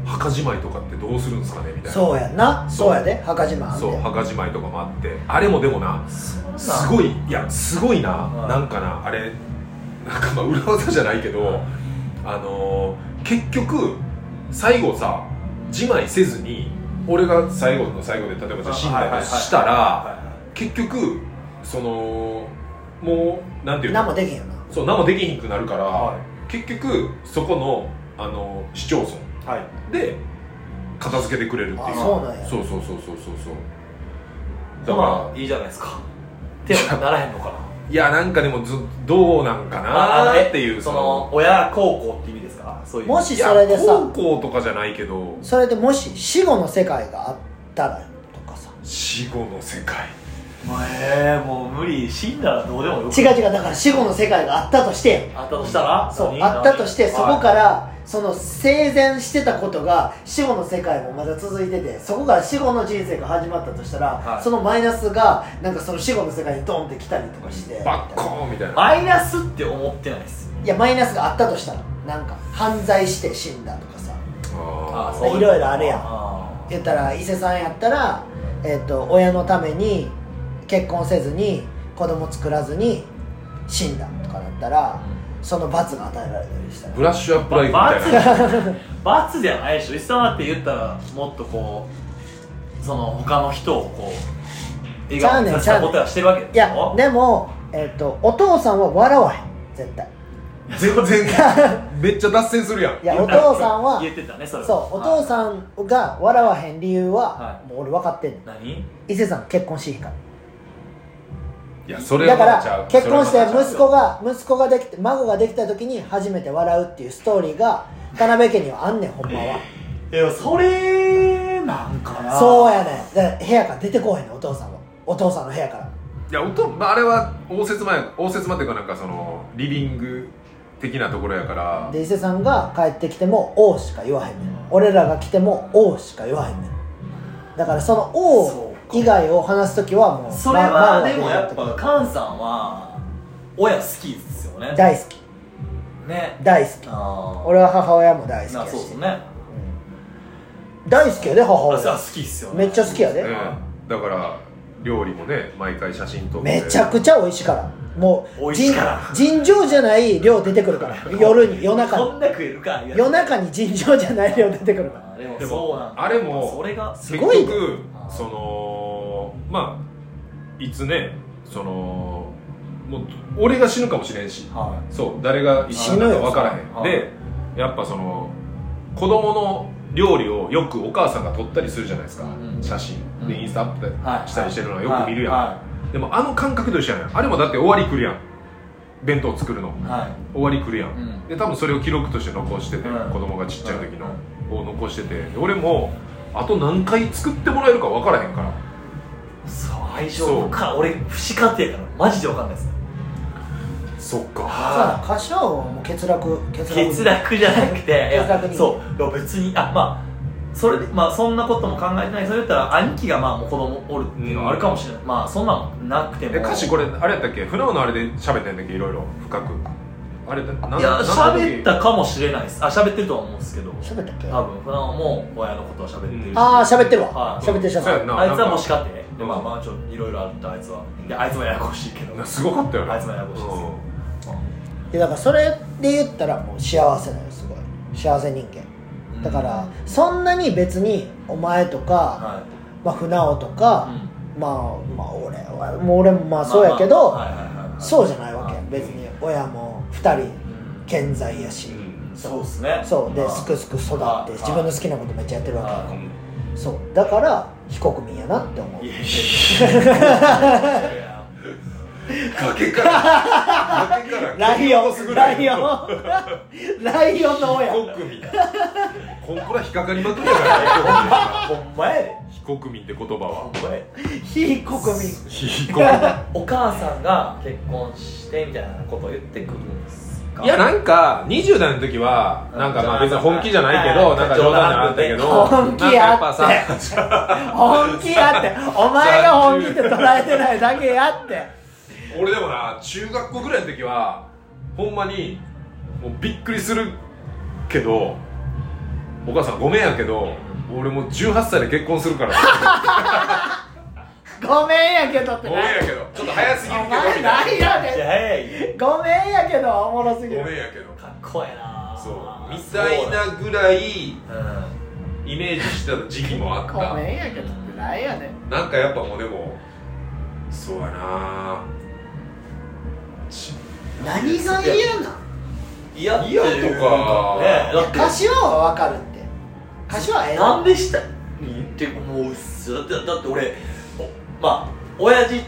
墓じまいとかってどうするんですかねみたいなそうやんなそうそうやで墓島あんねそう墓じまいとかもあってあれもでもないそんなんすごいいやすごいな、はいなんかなあれなんかまあ裏技じゃないけど、はいあのー結局最後さ自前せずに俺が最後の最後で例えばじゃあ死んだはいはいはいとしたらは結局そのもうなんていう何のもできへんよなそう何もできひんくなるから、は結局そこのあの市町村はいで片付けてくれるっていあうそうなんやそうそうそうそうそうそうだから、まあいいじゃないですか手はならへんのかないやなんかでもずどうなんかあなあのえっていうその親孝行って意味ですかそういうもいしやそれでさ高校とかじゃないけどそれでもし死後の世界があったらとかさ死後の世界もうええもう無理死んだらどうでもよ違う違うだから死後の世界があったとしてよあったとしたらそう何あったとして何そこからその生前してたことが死後の世界もまだ続いててそこから死後の人生が始まったとしたら、はいそのマイナスがなんかその死後の世界にドンって来たりとかしてバッコーンみたいなマイナスって思ってないですいやマイナスがあったとしたらなんか犯罪して死んだとかさあそういろいろあるやんあー言ったら伊勢さんやったら、えっと親のために結婚せずに子供作らずに死んだとかだったらその罰が与えられたりしたらーブラッシュアップライフみば (laughs) たいな罰罰じゃないでしょ伊沢って言ったらもっとこうその他の人をこう笑顔にさせたことはしてるわけでいしやょでも、えっとお父さんは笑わへん絶対全然めっちゃ脱線するやんいやお父さんは言ってたねそれそうお父んさんが笑わへん理由は、はいもう俺分かってんの何伊勢さん結婚しへんからいやそれはだかちゃらう結婚しそれてはちゃう息子が息子ができて孫ができた時に初めて笑うっていうストーリーが田辺家にはあんねんほんまはいやそれなんかなそうやねんだから部屋から出てこへんねんお父さんはお父さんの部屋からいやおと、まあ、あれは応接間や応接間っていうかなんかそのリビング的なところやからで伊勢さんが帰ってきても「王」しか言わへんねん俺らが来ても「王」しか言わへんねんだからその「王」以外を話す時はもうそれまあはまあでもやっまぱあカンさんは親好きですよね大好きね大好きあー俺は母親も大好きなやしそうですねあうん大好きやで母そう好親きっすよねめっちゃ好きやで、うんだから料理もね毎回写真撮ってめちゃくちゃ美味しいからもう美味しいから尋尋常じゃない量出てくる (laughs) から夜に夜中こにんな食えるか夜中に尋常じゃない量出てくるからあーでもでもそうなんだあれもそれがすごいね結局そのまあいつねそのもう俺が死ぬかもしれんしはそう誰が一緒になるか分からへん死ぬよでやっぱその子供の料理をよくお母さんが撮ったりするじゃないですか、うん写真でうんインスタアップではいしたりしてるのはよはく見るやん、はでもあの感覚と一緒やねんあれもだって終わり来るやん弁当作るのいはい終わり来るやん、うんで多分それを記録として残してて、うん子供がちっちゃい時の、うを残しててで俺もあと何回作ってもらえるか分からへんからそう相そう性か俺不思家庭やからマジで分かんないですそっかさあ歌唱はもう欠落欠落欠落じゃなくていや欠落にそういや別にあまあそれでまあそんなことも考えてないそれ言ったら兄貴がまあもう子供おるっていうのはあるかもしれない、まあそんなんなくてもえ歌詞これあれやったっけ船尾のあれで喋ってんだっけいろいろ深くあれだないや喋ったかかもしれないですあ喋ってるとは思うんですけど多喋ったっけ分普段はもう親のことは喋ってるしああ喋ってるわはい喋ってる喋ってるなあいつはなんかもしかってねでまあまあちょっといろいろあってあいつはであいつもややこしいけどなすごかったよねあいつもややこしいですよいやだからそれで言ったらもう幸せだよすごい幸せ人間うんだからそんなに別にお前とか、はまあ、船尾とか、いまあまあ俺はもう俺もまあそうやけど、まあまあはいはいはいはいそうじゃないわけ、はい別に親も2人うん健在やし、うんうんそうですねそうでまあすくすく育ってはい自分の好きなことめっちゃやってるわけやはかいらそうだから非国民やなって思ういやいやいやいや崖から崖 (laughs) からライオンライオンンライオンの (laughs) 非国民こん親こら引っかかりまくるじ (laughs) ゃほんまやでない非国民って言葉は (laughs) ほんまやで非国民非国民お母さんが結婚してみたいなことを言ってくるんですかいやなんか20代の時はなんかまあ別に本気じゃないけどはいなんか冗談じゃなかったけど本気やなんかってやっぱさ本気やってお前が本気って捉えてないだけやって (laughs) 俺でもな中学校ぐらいの時はほんまにもうびっくりするけどお母さんごめんやけど俺もう18歳で結婚するから (laughs) ごめんやけどってごめんやけどちょっと早すぎるおけどみた前いな何やねじゃあ早いんごめんやけどおもろすぎごめんるやけどかっこええなそうみたいなぐらいうんイメージしてた時期もあっごためんやけどってなんやねんなんかやっぱもうでもそうやな何が嫌なん嫌っていう嫌とかねだって柏は分かるって柏はええななんでしたにって思うっすよだだって俺おまあ親父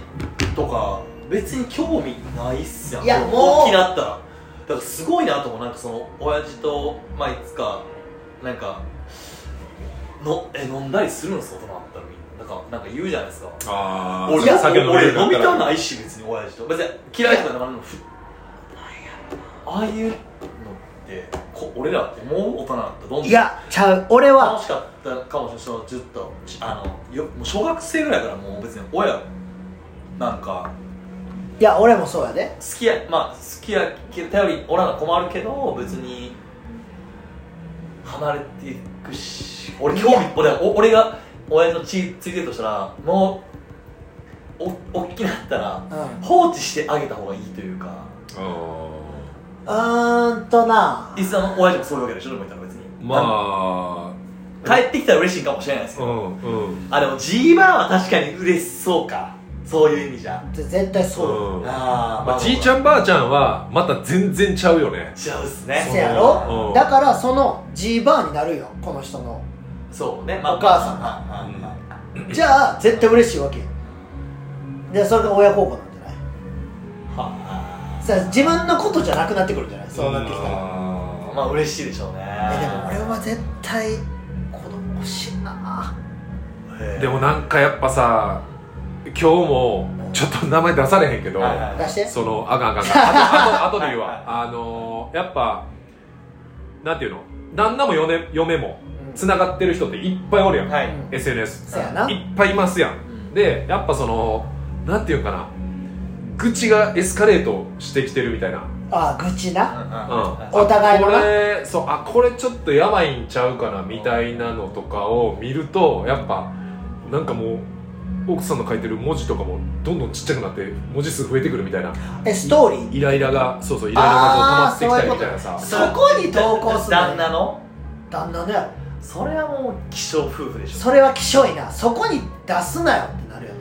とか別に興味ないっすやんいやこもう大きなったらだからすごいなと思うなんかその親父とまあいつかなんかのえ飲んだりするんです大人だったらみんななんかなんか言うじゃないですかあー俺いや酒飲める俺飲みたいないし別に親父と別に嫌いとかでもあるのふああいうのってこ俺らってもう大人だったらどんどんいやちゃう俺は楽しかったかもしれないそのずっとちあのよもう小学生ぐらいからもう別に親なんかいや俺もそうやで好きやまあ好きやけ頼りおらな困るけど別に離れていくし俺興味俺お俺が親の血ついてるとしたらもうおおっきなったらうんう放置してあげた方がいいというかーんとないつの親父もそういうわけでしょでも言ったら別にまあ帰ってきたら嬉しいかもしれないですけうど、んうんあでも G バーは確かに嬉しそうかそういう意味じゃ絶対そううんあまあじいちゃんばあちゃんはまた全然ちゃうよねちゃうっすせねやうろんだからその G バーになるよこの人のそうね、お母さんがうんじゃあ絶対嬉しいわけよでそれが親孝行なんじゃないはさ自分のことじゃなくなってくるんじゃないそうなってきたらあまあ嬉しいでしょうねえでも俺は絶対子供欲しいなへえでもなんかやっぱさ今日もちょっと名前出されへんけど、はいはい出してそのあかん (laughs) あかんあかんあとあとあとで言うわ、はいあのーやっぱなんていうの旦那も嫁嫁もうんつながってる人っていっぱいおるやん、はい、うん SNS せやないっぱいいますやんでやっぱそのなんていうんかな愚痴がエスカレートしてきてるみたいな、ああ愚痴なうん、お互いのこなれそうあこれちょっとやばいんちゃうかなみたいなのとかを見るとやっぱなんかもう奥さんの書いてる文字とかもどんどんちっちゃくなって文字数増えてくるみたいなえストーリーイライラがそうそうイライラがこう溜まってきたりみたいなさそこに投稿する旦那の旦那のやろそれはもう希少夫婦でしょそれはきしょいなそこに出すなよってなるよな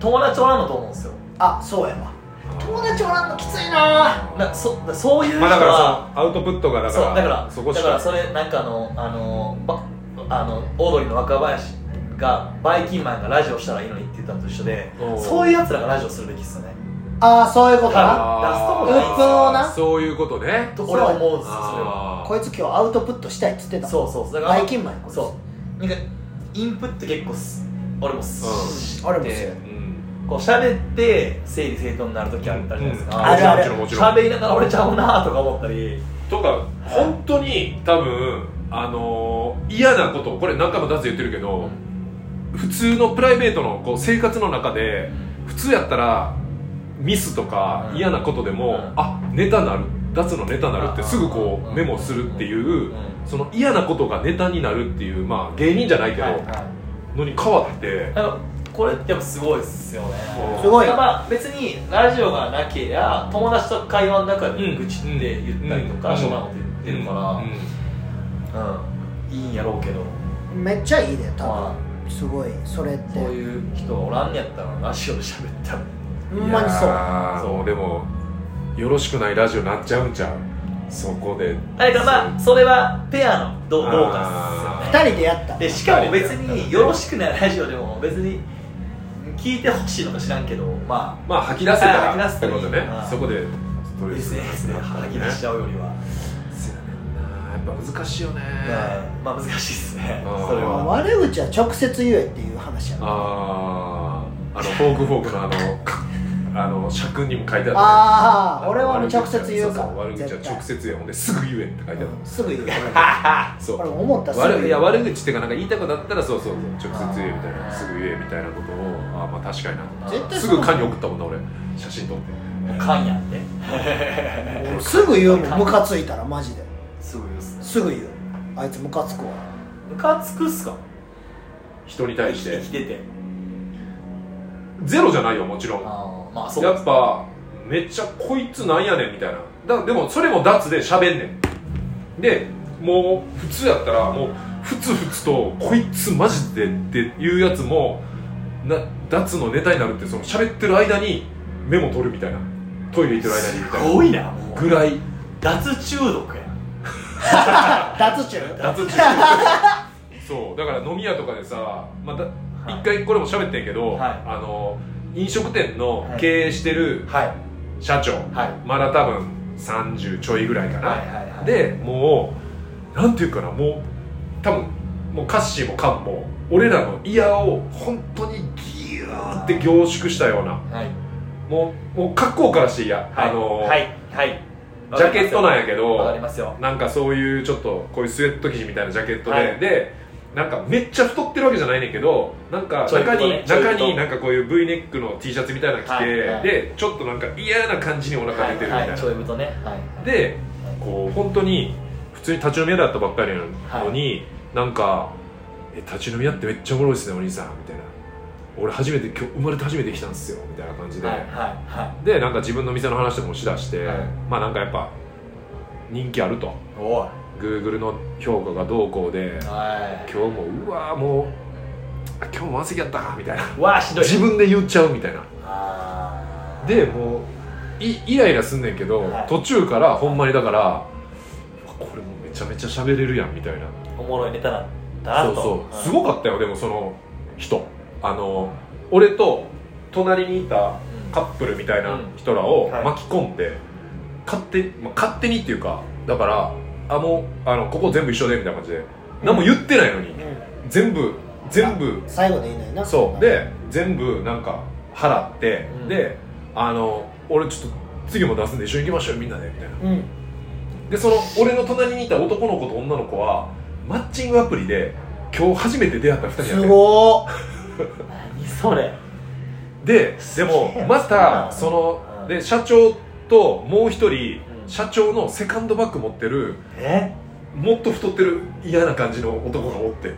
友達おらんのと思うんですよあそうやわ友達おらんのきついななそだそういう人まあだからはそのアウトプットがだかそうらだからそこだしからかそれなんかあのあのばあのオードリーの若林がバイキンマンがラジオしたらいいのにって言ったのと一緒でおうそういうやつらがラジオするべきっすよねああそういうことなあ出すーとこがいいんですよそういうことねとそう俺は思うんですよそれはあーこいつ今日アウトプットしたいっつってたそうそうそうだかバらイキンマンやこいつそうなんかインプット結構す俺もす、う俺もすでるうんこう喋って整理整頓になる時あるじゃないですか、うんあるあるもちろんもちろん喋りながら俺ちゃうなとか思ったりとか本当に多分あのー嫌なことこれ何回も脱言ってるけど普通のプライベートのこう生活の中で普通やったらミスとかうん嫌なことでも、うんあネタなる脱のネタなるってすぐこううんメモするっていう、んその嫌なことがネタになるっていうまあ芸人じゃないけど、はいはいのに変わってなんかこれってやっぱすごいっすよねうんすごいだから別にラジオがなけりゃ友達と会話の中でうん愚痴って言ったりとうかんしょうもないこと言ってるうかんらうんいいんやろうけどめっちゃいいで多ま分すごいそれっあてそういう人がおらんねやったらラジオで喋ったらほんまにいそうやーもうでもよろしくないラジオになっちゃうんちゃうそこでだからまあそれはペアのどうどうかあっすよね2人でやったでしかも別によろしくないラジオでも別に聞いてほしいのか知らんけどままあ吐き出せたあーら吐き出ってすといいことねうんそこでストあレス SNS で吐きね出しちゃうよりは、そうやねんなやっぱ難しいよねうんまあ難しいっすねうんそれは悪口は直接言えっていう話やなあああのフォークフォークのあのかあの (laughs) 社訓にも書いてあったねあああの俺はもう悪口直接言うかそうそうら悪口は絶対直接言えほんですぐ言えって書いてあっうんすぐ (laughs) 言うたそう俺思ったすぐ言悪ういや悪口っていうかなんか言いたいことあったらそうそうそう直接言えみたいあなーすぐ言えみたいなことをあーまあ確かになと絶対 (laughs) すそうぐ缶に送ったもんな俺写真撮ってもう勘やんね俺すぐ言うもんムカついたらマジですごいですねすぐ言うあいつムカつくわムカつくっすか人に対して生きててゼロじゃないよもちろんああまあそうやっぱめっちゃこいつなんやねんみたいなだでもそれも脱で喋んねんでもう普通やったらもうふつふつとこいつマジでっていうやつもな脱のネタになるってその喋ってる間にメモ取るみたいなトイレ行ってる間にみすたいごいなもなうぐらい脱中毒や脱中脱中そうだから飲み屋とかでさまたい一回これも喋ってんけど、はいあの飲食店の経営してるはい社長、はいまだ多分30ちょいぐらいかな、はいはいはいでもうなんていうかなもう多分もうカッシーもカンも俺らのイヤーを本当にギューって凝縮したようなはいもうもう格好からしていや、はいあのーはいはいジャケットなんやけわかりどますよなんかそういうちょっとこういうスウェット生地みたいなジャケットで、はいでなんかめっちゃ太ってるわけじゃないねんけどなんかちょい太中に、ねちょい中太になんかこういう V ネックの T シャツみたいなの着て、はいはいでちょっとなんか嫌な感じにお腹出てるみたいな、はいはいちょい太ねはいでこう本当に普通に立ち飲み屋だったばっかりなのに、なんか「え立ち飲み屋ってめっちゃおもろいですねお兄さん」みたいな「俺初めて今日生まれて初めて来たんですよ」みたいな感じで、はいはいはでなんか自分の店の話とかもしだして、はいまあなんかやっぱ人気あるといおい Google の評価がどうこうでは今日もうわーもうあ今日も満席やったかみたいないわあしんどい自分で言っちゃうみたいなあーでもういイライラすんねんけど、はい途中からほんまにだからこれもうめちゃめちゃ喋れるやんみたいなおもろいネタなんだなとそうそうすい、ごかったよでもその人あの俺と隣にいたうんカップルみたいな人らをうんはい巻き込んで、勝手まあ勝手にっていうかだからあもうあのここ全部一緒でみたいな感じで何も言ってないのに、うん全部全部最後でいいのになそうで全部なんか払って、うんであの俺ちょっと次も出すんで一緒に行きましょうよみんなでみたいなうんでその俺の隣にいた男の子と女の子はマッチングアプリで今日初めて出会った2人やすねんごー何それでですげえもまたそうんので社長ともう一人うん社長のセカンドバッグ持ってるえもっと太ってる嫌な感じの男がおって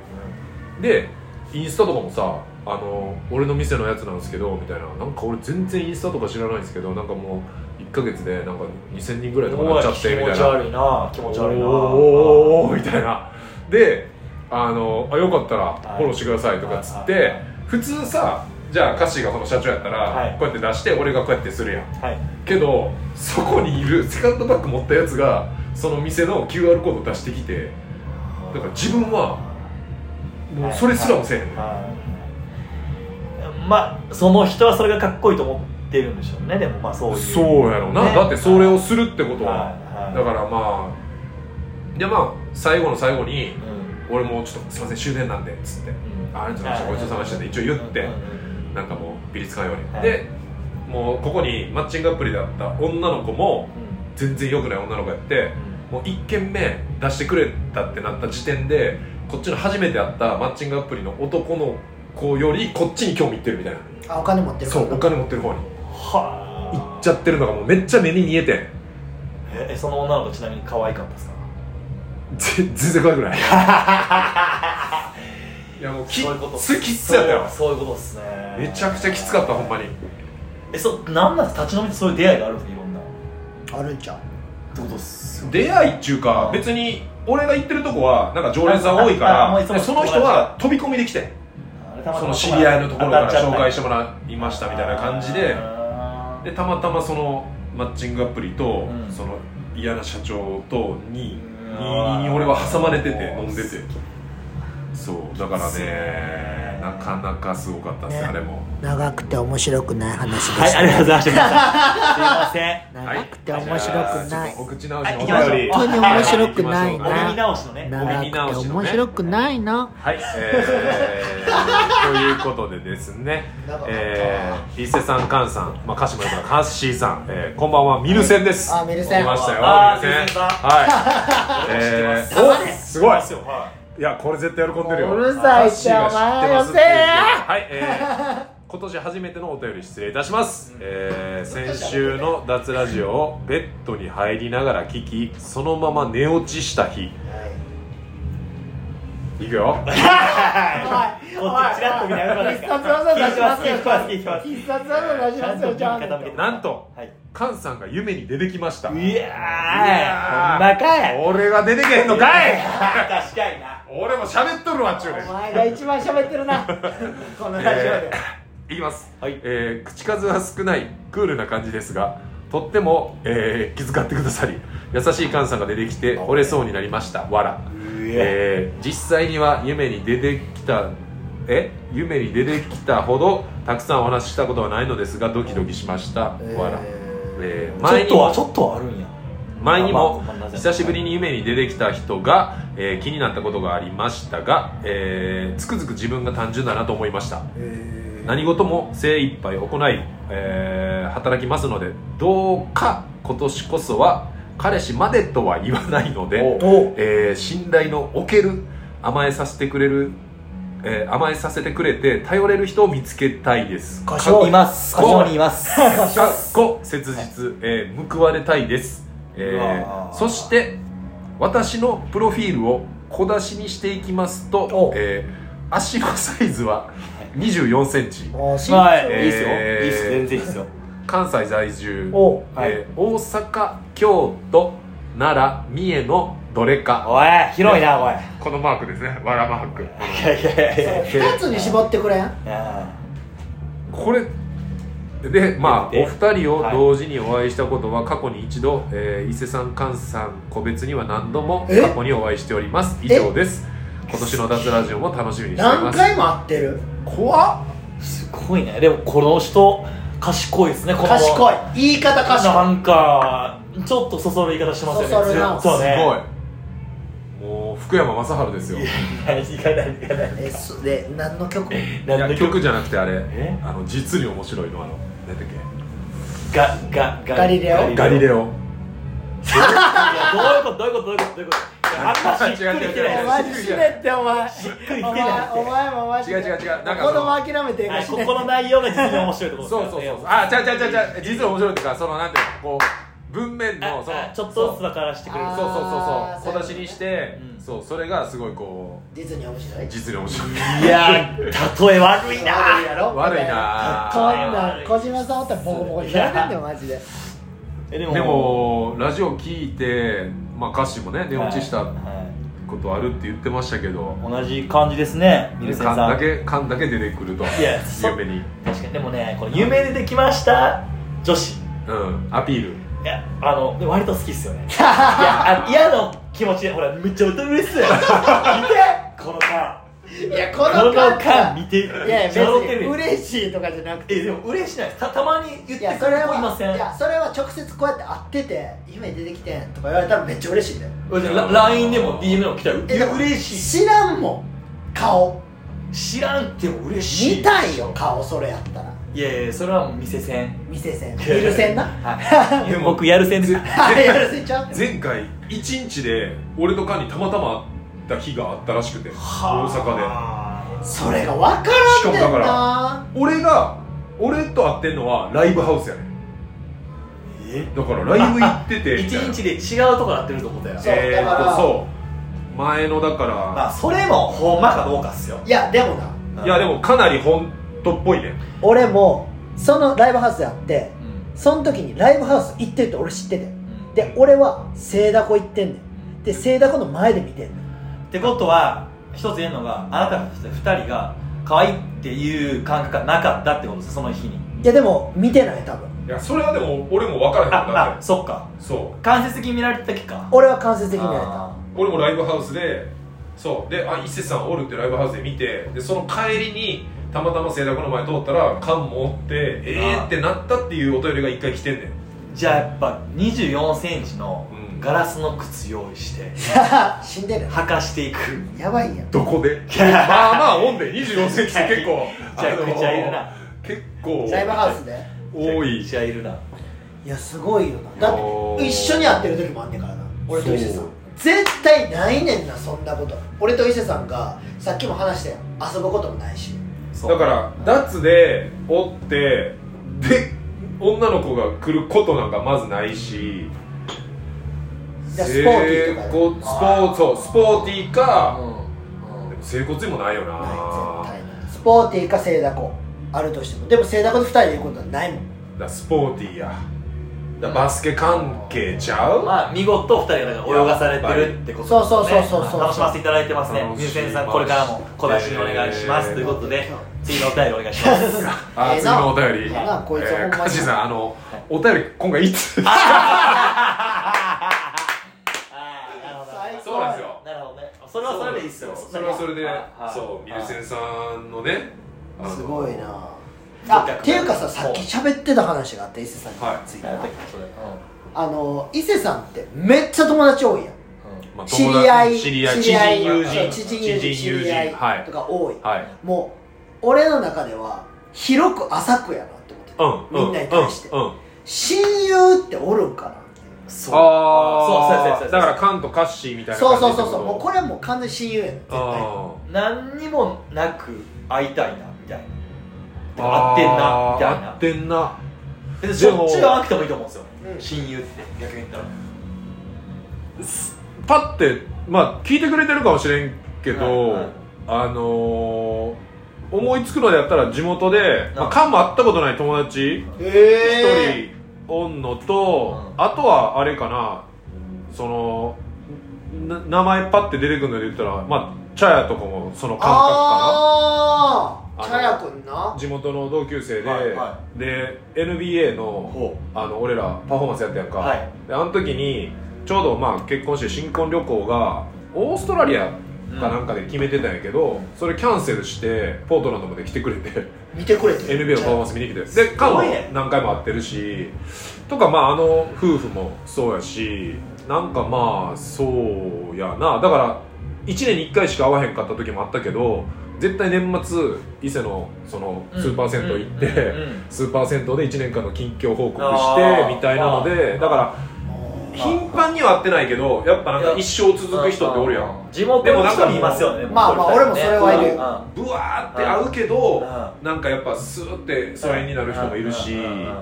でインスタとかもさあの俺の店のやつなんですけどみたいななんか俺全然インスタとか知らないんですけどなんかもう1ヶ月でなんか2000人ぐらいとかなっちゃってみたいおい気持なち悪いな気持ち悪いなおーおーおーおーみたいなであのあよかったらフォローしてくださいとかっつっはいはいて普通さじゃあ歌詞がその社長やったら、はいこうやって出して俺がこうやってするやんはいけどそこにいるセカンドバッグ持ったやつがその店の QR コード出してきてだから自分はもうそれすらもせえへんねん、はいまあその人はそれがかっこいいと思ってるんでしょうねでもまあそういうそうやろな、ねだってそれをするってことは、はいだはからまあでまあ最後の最後にいうん俺もちょっとすいません終電なんでっつってうんあありがとうございましたはいごちそうさまでしたって一応言ってうんなんかもうビリつかんように、はいでもうここにマッチングアプリであった女の子も全然良くない女の子やってもう1軒目出してくれたってなった時点でこっちの初めて会ったマッチングアプリの男の子よりこっちに興味いってるみたいなあお金持ってるかそらうお金持ってる方にはあ行っちゃってるのがもうめっちゃ目に見えてんええその女の子ちなみに可愛かったですかぜ全然怖くない (laughs) いやもうきそういうことつきつやったよそうそういうことっすねめちゃくちゃきつかったほんまにえそなんなんですか立ち飲みってそういう出会いがあるんですかいろんなっあるんちゃうてことっす出会いっちゅうか別に俺が行ってるとこはなんか常連さん多いかあああもういらつもでその人は飛び込みで来てその知り合いのところから紹介してもらいましたみたいな感じででたまたまそのマッチングアプリと、うんその嫌な社長とにうんにに俺は挟まれてて飲んでてそうだからきついねねなかなかすごかったですねあれも長くて面白くない話ではいありがとうございました皆さんすいません長くて面白くじゃなあいちょっとお口直しのおはい便り行きましょう本当に面白くなは行いなきましょうお耳直しのねな長くて面白くないなはい、えー、ということでですね長かっ、たえー、伊勢さん、菅さん、まあ、鹿島さん、カッシーさん、えー、こんばんは、ミルセンです。あミルセン来ましたよ、あーミルミルセセン。はンい。 (laughs) え知ってまー、おすごいですよはいや、これ絶対喜んでるよ。うるさカいってッシーが知ってますって言ってお前よはい、えー、今年初めてのお便り失礼いたします。えー、先週の脱ラジオをベッドに入りながら聞き、そのまま寝落ちした日。いくよ。いこっちちらっと見ながらです必か殺技出しますよ聞きます聞きます必殺技出しますよちじゃゃんと見方向けてあなんと、はい菅さんが夢に出てきましたいややーーほんまかい俺が出てけへんのかい確かにな俺も喋っとるわっちゅうねんお前が一番喋ってるなこのラジオでいきます、はいえー口数は少ないクールな感じですがとっても、えー気遣ってくださり優しい菅さんが出てきて惚れそうになりましたわらえー実際には夢に出てきたえ夢に出てきたほどたくさんお話ししたことはないのですがドキドキしましたわら、えーちょ前っにとはもちょっとはあるんや前にもまあまあ久しぶりに夢に出てきた人が、えー気になったことがありましたが、えーつくづく自分が単純だなと思いましたえー何事も精一杯行い、えー働きますのでどうか今年こそは彼氏までとは言わないのでおおえー信頼のおける甘えさせてくれる、えー甘えさせてくれて頼れる人を見つけたいですか歌い唱ます過剰にいますかっこ切実、えー報われたいです、えーうわーそして私のプロフィールを小出しにしていきますとお、えー足のサイズは2 4センチあー身長はい、えーいいっすよ、えーいいっす全然いいっすよ関西在住、おはいえー大阪京都奈良三重のどれかおい広いなおいこのマークですねわらマークいやいやいやいや2つに絞ってくれんあこれでまあでお二人をはい同時にお会いしたことは過去に一度、えー伊勢さん菅さん個別には何度もえ過去にお会いしております以上です今年の脱ラジオも楽しみにしていま何す回も会ってる怖ーすごいねでもこの人賢いですねこの賢い言い方な賢いんかちょっとそそる言い方してますよそそねずるなっすとごいねもう福山雅治ですよいすごいやいかないえすで何の曲いかないや曲じゃなくてあれえあの実に面白いのあの何だっけガガガガリレオガリレオオいやどういうことどういうことどういうことどういうこといやあんましっくりきてないおは前いに締めてお前しっくりきてないってお前お前もマジで違う違う違うなんか子その供諦めてええからこ締めこの内容が実に面白いとこそうろそうそうそうあちゃうちゃうちゃうちゃう実に面白いっていうかそのなんていうのこう文面のそのちょっとずつ分からしてくれるそうあそうそうそうあー小出しにして、うんそうそれがすごいこディズニー面白いう実に面白いいやー例え悪いな悪いやろ悪いなこーんなん小島さんおったらボコボコにやられてんだよマジでえででもラジオ聞いて、まあ、歌詞もね寝落ちしたはことあるって言ってましたけど、い同じ感じですねミルセン缶さだんけ缶だけ出てくるといやそ夢に、確かにでもねこの有名出てきました女子うん、アピールいやあのでも割と好きっす (laughs) よねいやあ嫌な気持ちでほらめっちゃ歌うれし (laughs) そうや見てこの感いやここのの感感見ていいやめっ別ちゃ笑ってるにやん嬉しいとかじゃなくてえでも嬉しないですたたまに言いってやくそれれる子いませんはいやそれは直接こうやって会ってて夢出てきてんとか言われたらめっちゃ嬉しいんだよラ LINE でも DM でも来たらえいや嬉し知らんもん顔い知らんっても嬉しい見たいよ顔それやったらいやいやそれはもう店 (laughs) せん店せん見るせんなはい僕やるせんですあれやるせちゃう前回1日で俺とカにたまたま会った日があったらしくて大阪でそれが分からんねしかもだんな俺が俺と会ってんのはライブハウスやねんえだからライブ行っててみ一たいな日で違うとこやってると思ったよそうえーっだかとらそう前のだから、まあそれもほんまかどうかっすよいやでもないやでもかなり本当っぽいね俺もそのライブハウスやってうんその時にライブハウス行ってるって俺知っててうんで俺は聖ダコ行ってんねんで聖ダコの前で見てんねんってことは一つ言えるのがあなた二人が可愛いっていう感覚がなかったってことですその日にいやでも見てない多分いやそれはでも俺も分からへんかったああそっか (laughs) そう間接的に見られた時か俺は間接的に見られたあ俺もライブハウスでそうであ伊勢さんおるってライブハウスで見てでその帰りにたまたま聖田の前通ったら缶もおってえーってなったっていうお便りが一回来てんねんーじゃあやっぱ2 4センチのうんガラスの靴用意して (laughs) 死んでる履かしていくやばいやんどこ (laughs) でいやまあまあおんで24世紀って結構めちゃくちゃいるなあの結構ライブハウスで多い試合いるないやすごいよなだおっーて一緒に会ってる時もあんねんからな俺と伊勢さそうん絶対ないねんなそんなこと俺と伊勢さんがさっきも話したよ遊ぶこともないしそだうから脱でおってで女の子が来ることなんかまずないしいやスポーティーとか整骨スポーツそうスポーティーうかんでも整骨院もないよなない絶対ないスポーティーか聖ダコあるとしてもでも聖ダコで2人で行くことはないもだんからスポーティーやだからバスケ関係ちゃうんうまあ見事二人がだから泳がされてるってことですねそうそうそうそうそう楽しませていただいてますね楽しませ水て谷さんこれからも小出しにお願いしますということで次のお便りお願い (laughs) します。あええ次なのお便りええなこいつほんまえーにカジさんあのお便り今回いつあーなるほど最高そうなんですよなるほどね。それはそれでいいっすよ。それはそれではいそうミルセはいンさんのねあのすごいなああっていうかささっき喋ってた話があって伊勢さんについて、何やったっけそれうんあの伊勢さんってめっちゃ友達多いやんうまあ友達知り合い知り合い知り合い友そう人知人友人知り合いはいとか多い、はいもう俺の中では広く浅くやなって思ってた、うんうんみんなに対して、うんうん親友っておるんかなあそうああそうそうそうそうそだうからカンとカッシーみたいなそ感うじでそうそうそうもうこれはもう完全に親友やねん絶対あ何にもなく会いたいなみたいなてーかあー合合っってんなみたてんないな別にしでもょっちゅう会わなくてもいいと思うんですよ、うん親友って逆に言ったらパッてまあ聞いてくれてるかもしれんけど、はいはいあのー、思いつくのでやったら地元で、まあ、カンも会ったことない友達ええ一人おんのと、うんあとはあれかなそのな名前パッて出てくるので言ったらまあチャヤとかもその感覚かあああの茶屋くんなな地元の同級生で、はいはで NBA のほあの俺らパフォーマンスやったやんか、はいであの時にちょうどまあ結婚して新婚旅行がオーストラリアうかなんかで決めてたんやけど、それキャンセルしてポートランドまで来てくれて見てくれて NBA のパフォーマンス見に来てで彼もすごいね何回も会ってるしとかまああの夫婦もそうやしなんかまあそうやなだから1年に1回しか会わへんかった時もあったけど絶対年末伊勢のそのスーパー銭湯行って、うんうんスーパー銭湯で1年間の近況報告しあてーみたいなのであーだから頻繁には会ってないけどやっぱなんか一生うん続く人っておるやん地元の人にいますよねまあまあ俺もそれはいるよブワーって会うけどうなんかやっぱスーって疎遠になる人もいるしうんうんうん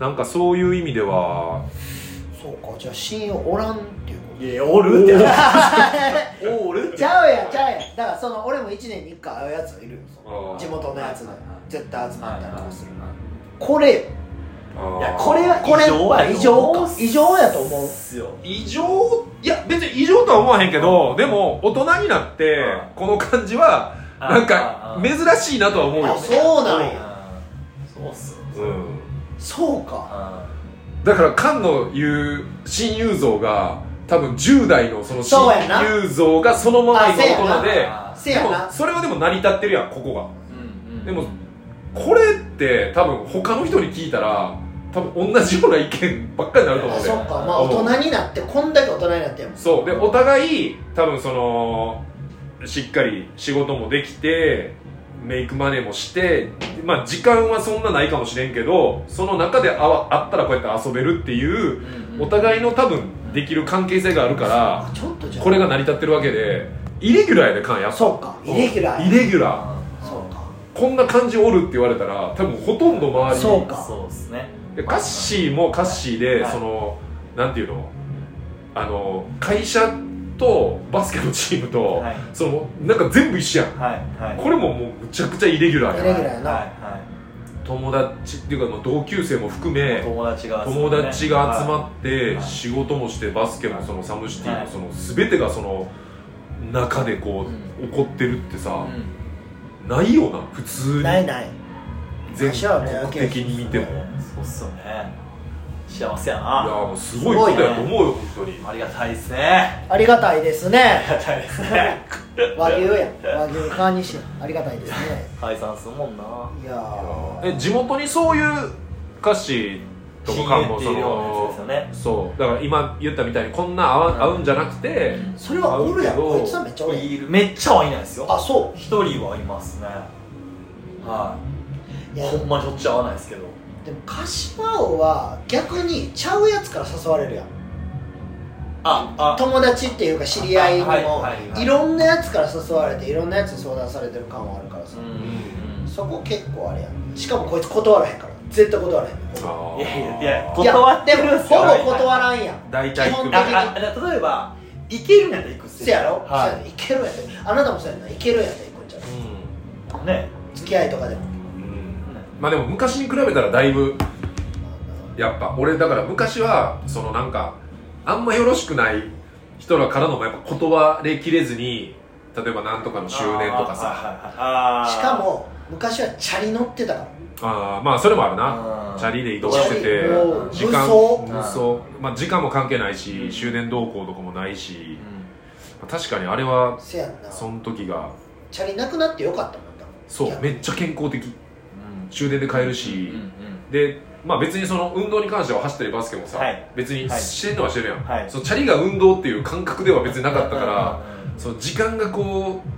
なんかそういう意味ではそうかじゃあ親友おらんっていうこといやおるっておるってちゃうやんちゃうやんだからその俺も1年に1回会うやつはいるよそのあー地元のやつで絶対集まったりとかするはいはいこれよあーいやこれはこれ異常や異常か異常やと思うっすよ異常いや別に異常とは思わへんけどでも大人になってうんこの感じはうんなんかうん珍しいなとは思うよあそうなんやうんそうっすようんそうかうだから菅の言う親友像が多分10代のそのそうやな親友像がそのままあせやのな大人であせでやもなそれはでも成り立ってるやんここがんうんでもこれって多分他の人に聞いたら多分同じような意見ばっかりになると思うあねそっかまあ大人になってこんだけ大人になってもそうでお互い多分そのしっかり仕事もできてメイクマネーもしてまあ時間はそんなないかもしれんけどその中であわあったらこうやって遊べるっていううんうんお互いの多分できる関係性があるからあちょっとじゃあこれが成り立ってるわけでイレギュラーやでかんやっぱそうかイレギュラーイレギュラーそうかこんな感じおるって言われたら多分ほとんど周りそうかそうっすねでカッシーもカッシーで、はいそのなんていうのあの会社とバスケのチームと、はいそのなんか全部一緒やんはいはいこれももうむちゃくちゃイレギュラーイやレんギュラーやなは友達っていうかもう同級生も含いはめい友達が友達が集まって、はい仕事もしてバスケもそのサムシティはもいその全てがその中でこう、起こってるってうさ、んないよな普通にないない全私はね国的に見てもいそうっすよね幸せややなもうすごいことやと思うよ、本当にありがたいですねありがたいですあねりがたいですね和牛や和牛川西ありがたいですね (laughs) 解散するもんないやえー地元にそういう歌詞とかもそ親友っていうようなやつですよのねそうだから今言ったみたいにこんな合わ合うんじゃなくてそれはおるや合うんけどこいつはめっちゃおるやんいるめっちゃはいないですよあそ一人はいますねはういいやほんましょっちゅう会わないですけどでも柏王は逆にちゃうやつから誘われるやんああ友達っていうか知り合いにもはいはいはいいろんなやつから誘われていろんなやつに相談されてる感はあるからさ、うんそこ結構あれやんしかもこいつ断らへんから絶対断らへんあーいやいやいやいや断ってるんでもすよほぼ断らんやん大体行く基本的にああだ例えば行けるんやったら行くっすせやろ、せはやろいけるんやったあなたもそうやんないけるんやったら行くんちゃういね付き合いとかでもうんまあでも昔に比べたらだいぶやっぱ俺だから昔はそのなんかあんまよろしくない人らからのもやっぱ断れきれずに例えばなんとかの周年とかささしかも昔はチャリ乗ってたからああまあそれもあるなうんチャリで移動してチャてリもう時間無双無双まあ時間も関係ないし終電動向とかもないしまあ確かにあれはせやんなその時がチャリなくなってよかったもんだもんそうめっちゃ健康的うん終電で帰るし、うんでまあ別にその運動に関しては走ったりバスケもさ、はい別にはいしてるのはしてるやん、はいそのチャリが運動っていう感覚では別になうんかったから、うんその時間がこう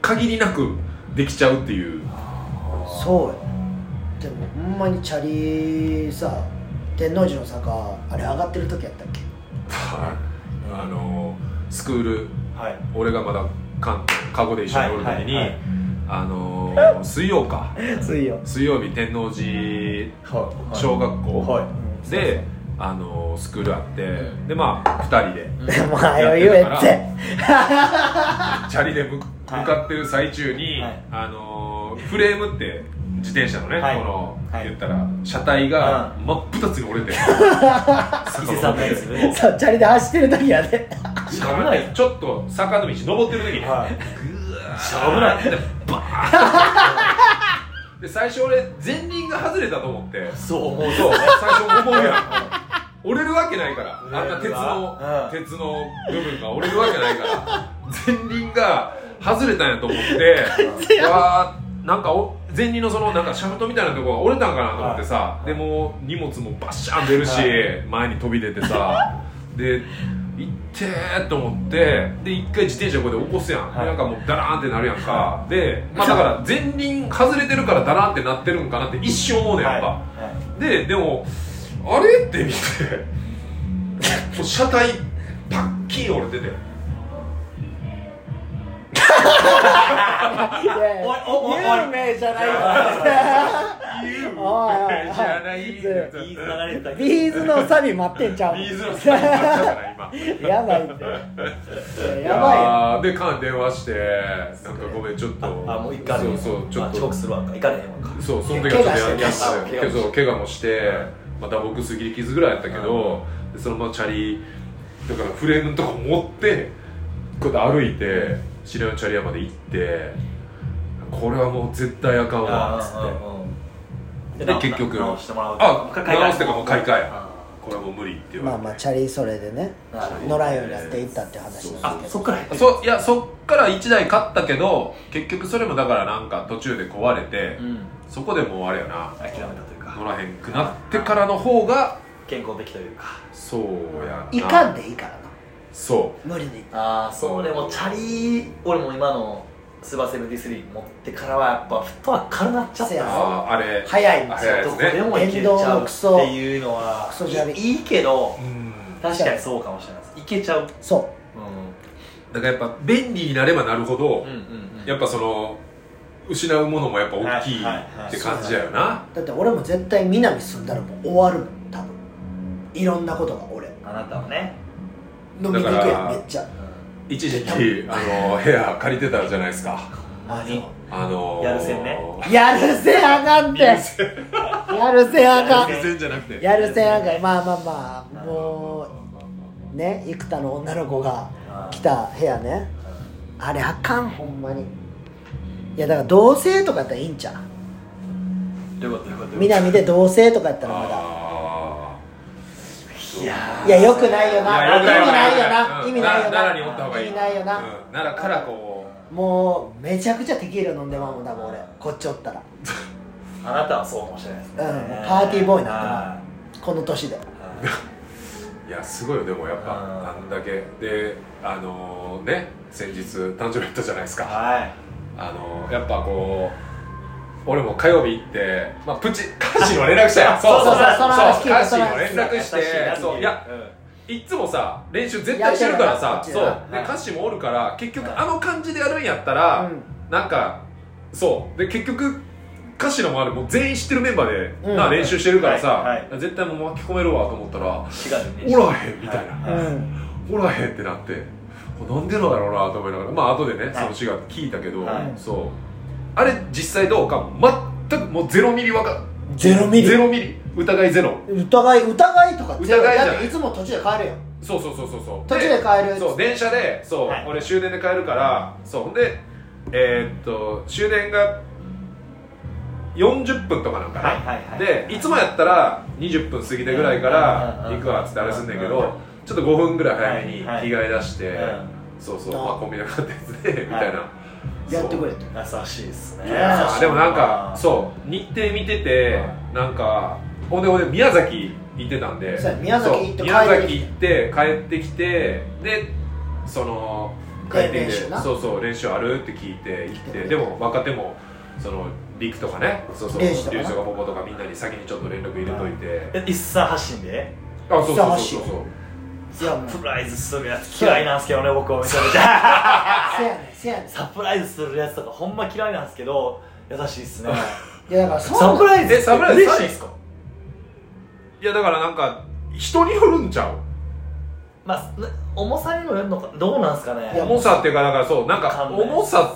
限りなくできちゃうっていう (laughs) そうよでもほんまにチャリさ天王寺の坂あれ上がってる時やったっけあのスクールはい俺がまだ関東カゴで一緒におる時に、はいはいはいあの水曜か水曜水曜日天王寺はい小学校はいで、あのスクールあって、でまあ2人でもう早いよえやっってるて (laughs) チャリで向向はいかってる最中に、はいあのーフレームって自転車のね、はいこの、はい言ったら車体がう真っ二つに折 (laughs) れて伊勢さんのやつねそうチャリで走ってる時やでしゃぶないちょっと坂の道登ってる時に、はいぐわーしゃぶないでバーンで最初俺前輪が外れたと思ってそう思うそうね最初思うやん折れるわけないからあんな鉄の、うん鉄の部分が折れるわけない (laughs) から前輪が外れたんやと思ってうわーなんかお前輪のそのなんかシャフトみたいなとこが折れたんかなと思ってさ、はいでもう荷物もバッシャン出るし、は前に飛び出て (laughs) さで行ってーと思ってで一回自転車ここで起こすやん、ではいなんかもうダラーンってなるやんか、で、まあ、だから前輪外れてるからダラーンってなってるんかなって一瞬思うねんやっぱ。はいはいででもあれって見てもう車体パッキン折れてていやいやおいおいおいお有い名じゃないわ言うおいおいおいじゃないビいい流れてたけどビーズのサビ待ってんちゃうーズのスタイルになっちゃうから今やばいっていややばいよばいでカン電話してなんかごめんちょっとあもう行かれへそんうそうちょっあ遅刻とするわか行かれへんわかそうその時はちょっとやりや怪我すしていけ怪我してど怪我もしてまあ打撲すぎり傷ぐらいやったけどでそのままチャリだからフレームのとこ持ってこうやって歩いて知り合いのチャリ屋まで行ってこれはもう絶対あかんわっつってでで結局直してもらうあ直してかもう買い替えあこれはもう無理って言まわあれて、まあチャリそれでねなるほど乗らんようになっていったって話なんあですそっけから入ってそいやそっから1台買ったけど結局それもだからなんか途中で壊れて、うんそこでもうあれやな諦めたという乗からへんくなってからの方が健康的というかそうやなどいかんでいいからなそ無理にああそうねもうチャリ俺も今のスーパーセブンティスリー持ってからはやっぱフットワーク軽なっちゃっせたうやよあああれ早いんです早いよですどこねでも行けちゃうっていうのは電動のクソクソチャリいいいけどうん確かにそうかもしれないです行けちゃうそううだからやっぱ便利になればなるほどん、うんうんやっぱその失うものもやっぱ大きいはいはいはいって感じやよな、だって俺も絶対南住んだらもう終わるもん多分いろんなことが俺あなたはね飲みに行くだかやらんめっちゃう一時期あの部屋借りてたじゃないですかあにあのー、やるせんねやるせあかんってやるせあやかんるせんじゃなくてやるせあかんまあまあまあもうね幾多の女の子が来た部屋ねあれあかんほんまにいやだから同性とかやったらいいんちゃうんどういうことどういうこと南で同性とかやったらまだあいやいやよくないよーなや意良く味良ないくよなうん意味ないよな奈良におった方がいい意味ないよな、うん奈良からこもうめちゃくちゃテキーラ飲んでまうもん多分俺こっちおったらあなたはそうかもしれないですうねんパーティーボーイになったなはこの年でいはいういやすごいよでもやっぱうんあんだけであのー、ね先日誕生日やったじゃないですかはいあのー、やっぱこう俺も火曜日行って、まあ、プチカーシーの連絡したやんそうそうそうそうその話聞いたカーシーの連その話絡してそういやいっつもさ練習絶対やっしてるてるかかららさこっちそはうではい歌詞もおるから結局はいあの感じでやるんやったらうんなんかそうで結局歌詞のもあるもう全員知ってるメンバーでうんな練習してるからはさい絶対もう巻き込めるわと思ったら違うねおらへんみたいはなういんおらへんってなってこれなんでなんだろうなと思いながらまあ後でねいその違う聞いたけどはいそうあれ実際どうか全くもうゼロミリわかゼロミリゼロミリ疑いゼロ疑い疑いとかゼロ疑いじゃないだっていつも途中で帰るよそうそうそうそうそう途中で帰るそう電車でそう、はい俺終電で帰るからそうほんでえーっと終電が40分とかなんかな、はいはいはいでいつもやったら20分過ぎてぐらいかうんうんらうん行くわっつってあれすんねんけうんうんどちょっと5分ぐらい早めに着はいはい替え出して、うんそうそうあまあコンビニで買ったやつでみたいなやってくれそうと優しいですねいやあでもなんかあーそう日程見ててなんかほんでほんで宮崎行ってたんでそうや宮崎行ってそう帰宮って崎きて行って帰ってきてでその帰ってでき練て習なそうそう練習あるって聞いて行ってうんでも若手もその陸とかねそうそうレイジとかな龍とかポポとかみんなに先にちょっと連絡入れといてえ一切発信であそうそうそうそ一う緒いやサもうプライズするやつ嫌いなんですけどね僕はめちゃめちゃせやねんせやねんサプライズするやつとかほんま嫌いなんですけど優しいっすねいやだからそんなサプライズえサプライズ嬉しいっすかいやだからなんか人によるんちゃうまあな重さにもよるのかどうなんすかいやね重さっていうかだからそうなんか勘弁重さ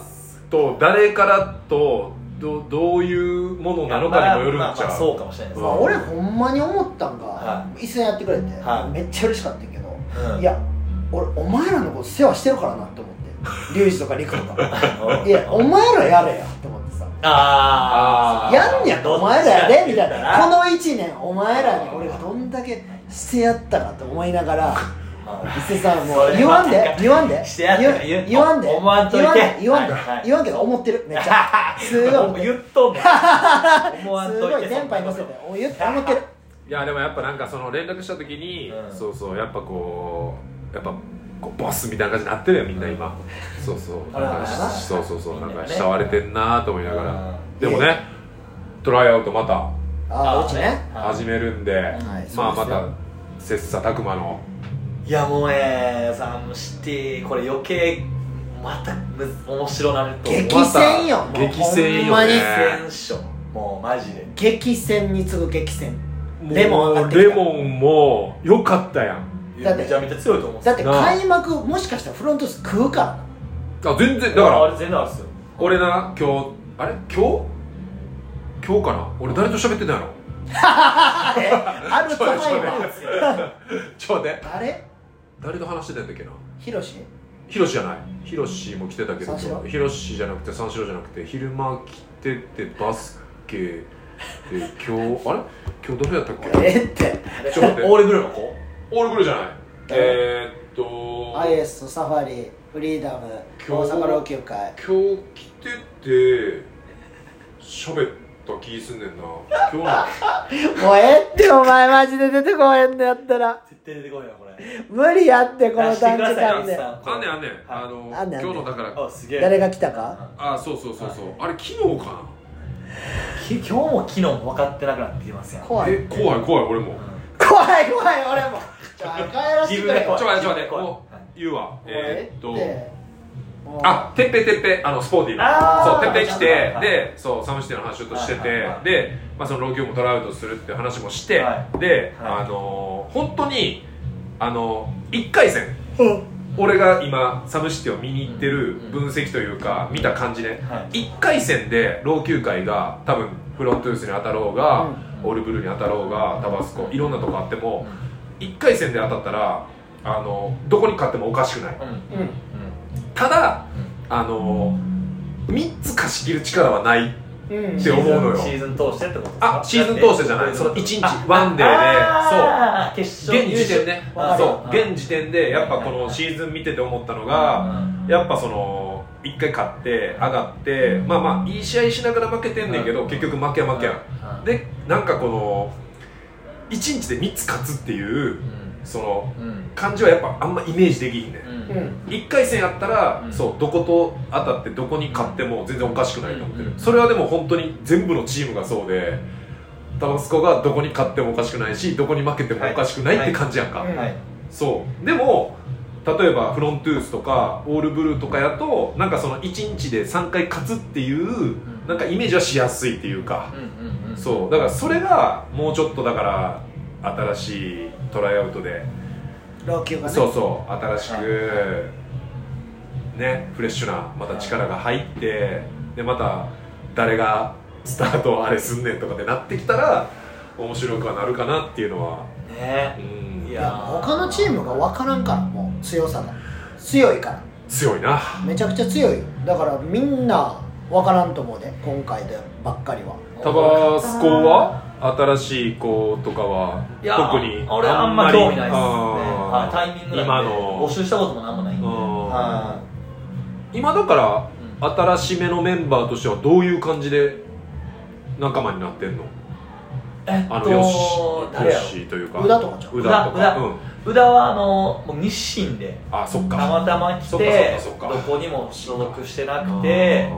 と誰からとどどういうものなのかにもよるんちゃう、まあまあまあそうかもしれないですまあ俺ほんまに思ったんが、は一緒にやってくれて、はいめっちゃ嬉しかったんやけど、うんいや俺お前らのこと世話してるからなって思 (laughs) ってリュウジとかリクとかうんい (laughs) やお前らやれやって思ってさああーやんねやったどっおち前らやでみたいやってなたこなの1年お前らに俺がどんだけしてやったかと思いながら伊勢さんもそれ言わんまさでか言わんでしてやった言わ言う言わんで思わんといて言わんではいはい言わんけど思ってるめっちゃすごい思ってる言っとんねん思わんすといごてい電波に乗せてお言って思ってるいやでもやっぱなんかその連絡した時に、うんそうそうやっぱこうやっぱこうボスみたいな感じになってるよみんな今、そうそうあならんかあらしそうそうそうみんななんねか慕われてんなと思いながら、うんでもねトライアウトまたああうちねはい始めるんで、はいまあそまうですよた切磋琢磨のいやもうねサムシティこれ余計またむ面白なると思う激戦よまもたう激戦ほんまよにね戦勝もうマジで激戦に次ぐ激戦レモン上がもっうてきたレモンも良かったやんだってめちゃめちゃ強いと思うだって開幕もしかしたらフロントス食うからあ全然だかあらあれ全然あるっすよ俺な今日あれ今日今日かな俺誰と喋ってたやろなアルツハイマー (laughs) ちょっと待って (laughs) あれ誰と話してたんだっけなヒロシヒロシじゃないヒロシも来てたけど三四郎ヒロシじゃなくて三四郎じゃなくて昼間来ててバスケで今日あれ今日誰やったっけえってちょっと待ってオールブルーの子オールブルーじゃないえー、っと IS とサファリフリーダム今大日阪老朽会今日来てて喋った気すんねんな今日なもうええってお前マジで出てこへんのやったら絶対出てこいなこれ無理やってこの短時間出してくだでさいあんねんあんねん、あのあんねんあんねん今日のだからあすげえ誰が来たかあそうそうそうそう、あれ昨日かき今日も昨日も分かってなくなってきますやんな怖えい怖い怖い俺も、怖い怖い俺もちょ帰らせて自く分がれ怖いよちょ待ってちょ待ってはいもう言うわえー、っともうええってあてっぺてっぺあのスポーティーあのーそうてっぺ来はいはいてはいでそうサムシティの話をしてて、はいはいはいで、まあ、その老朽もトラウトするって話もして、はで、はあいのー本当にあのー、1回戦うん俺が今サムシティを見に行ってるうん分析というか見た感じね、はい1回戦で老朽会が多分フロントゥースに当たろうが、オールブルーに当たろうがタバスコいろんなとこあっても1回戦で当たったらあのーどこに勝ってもおかしくないうんうんうんうんただあの3つ貸し切る力はないうんって思うのよシーズンシーズン通してってことですかあシーズン通してじゃないその1日ワンデーあー決でそう現勝時点ねわかるそよう現時点でやっぱこのシーズン見てて思ったのがやっぱその1回勝って上がってまあまあいい試合しながら負けてんねんけどうん結局負けは負けやんんでなんかこの1日で3つ勝つっていうそのうんうん感じはやっぱあんまイメージできひんねんうんうん1回戦やったら、うんそうどこと当たってどこに勝っても全然おかしくないと思ってる、うんそれはでも本当に全部のチームがそうでタバスコがどこに勝ってもおかしくないしどこに負けてもおかしくないっはいて感じやんか、はいはいそうでも例えばフロントゥースとかオールブルーとかやとなんかその1日で3回勝つっていうなんかイメージはしやすいっていうかう、んうんうんそうだからそれがもうちょっとだから新しいトライアウトで老朽がねそうそう新しくねフレッシュなまた力が入ってでまた誰がスタートあれすんねんとかでなってきたら面白くはなるかなっていうのはうねんいいやや他のチームが分からんからもう強さが強いから強いなめちゃくちゃ強いよだからみんな分からんと思うで今回でばっかりはタバスコは新しい子とかはいや特に俺あんま興味ないですね、あーはい、タイミングなんで今の募集したこともなんもないんで、うんは今だからいうん新しめのメンバーとしてはどういう感じで仲間になってんのえあっのヨッシーと誰やヨッシーというか宇田とかじゃん宇田とか宇田宇田うんろ宇田はあのもう日清であそったかまたま来てそっかそっかそっどかこにも所属してなくて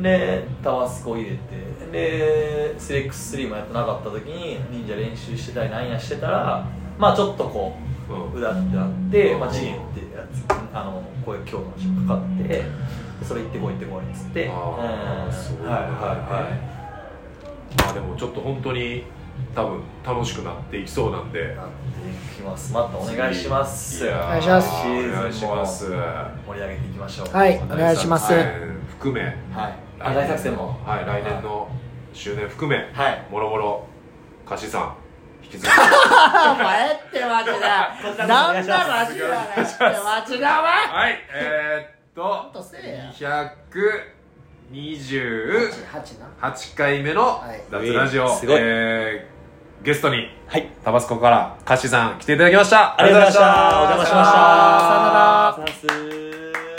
でタバスコ入れてでスレックス3もやってなかった時に忍者練習してたりなんやしてたらまあちょっとこうんううだってなって、まうあ、んジンってやつあの声今日の話にかかってそれ行ってこい行ってこいっつってあうんあそうはいはいはいまあでもちょっと本当に多分楽しくなっていきそうなんでなってきますまたお願いしますいやーお願いしますお願いしますは盛り上げていきましょうはいお願いしますい含めはいあ大作戦もはい来年の周年含めはいもろもろ歌詞さん引き続きお前って (laughs) マジこちだらこそお願いしまマジすだねマジだわ (laughs) はいえー、っほんとせと8な228回目のはい雑ラジオ、うえすごいえーゲストにはいタバスコから歌詞さん来ていただきましたありがとうございましたお邪魔しましたさよならさよなら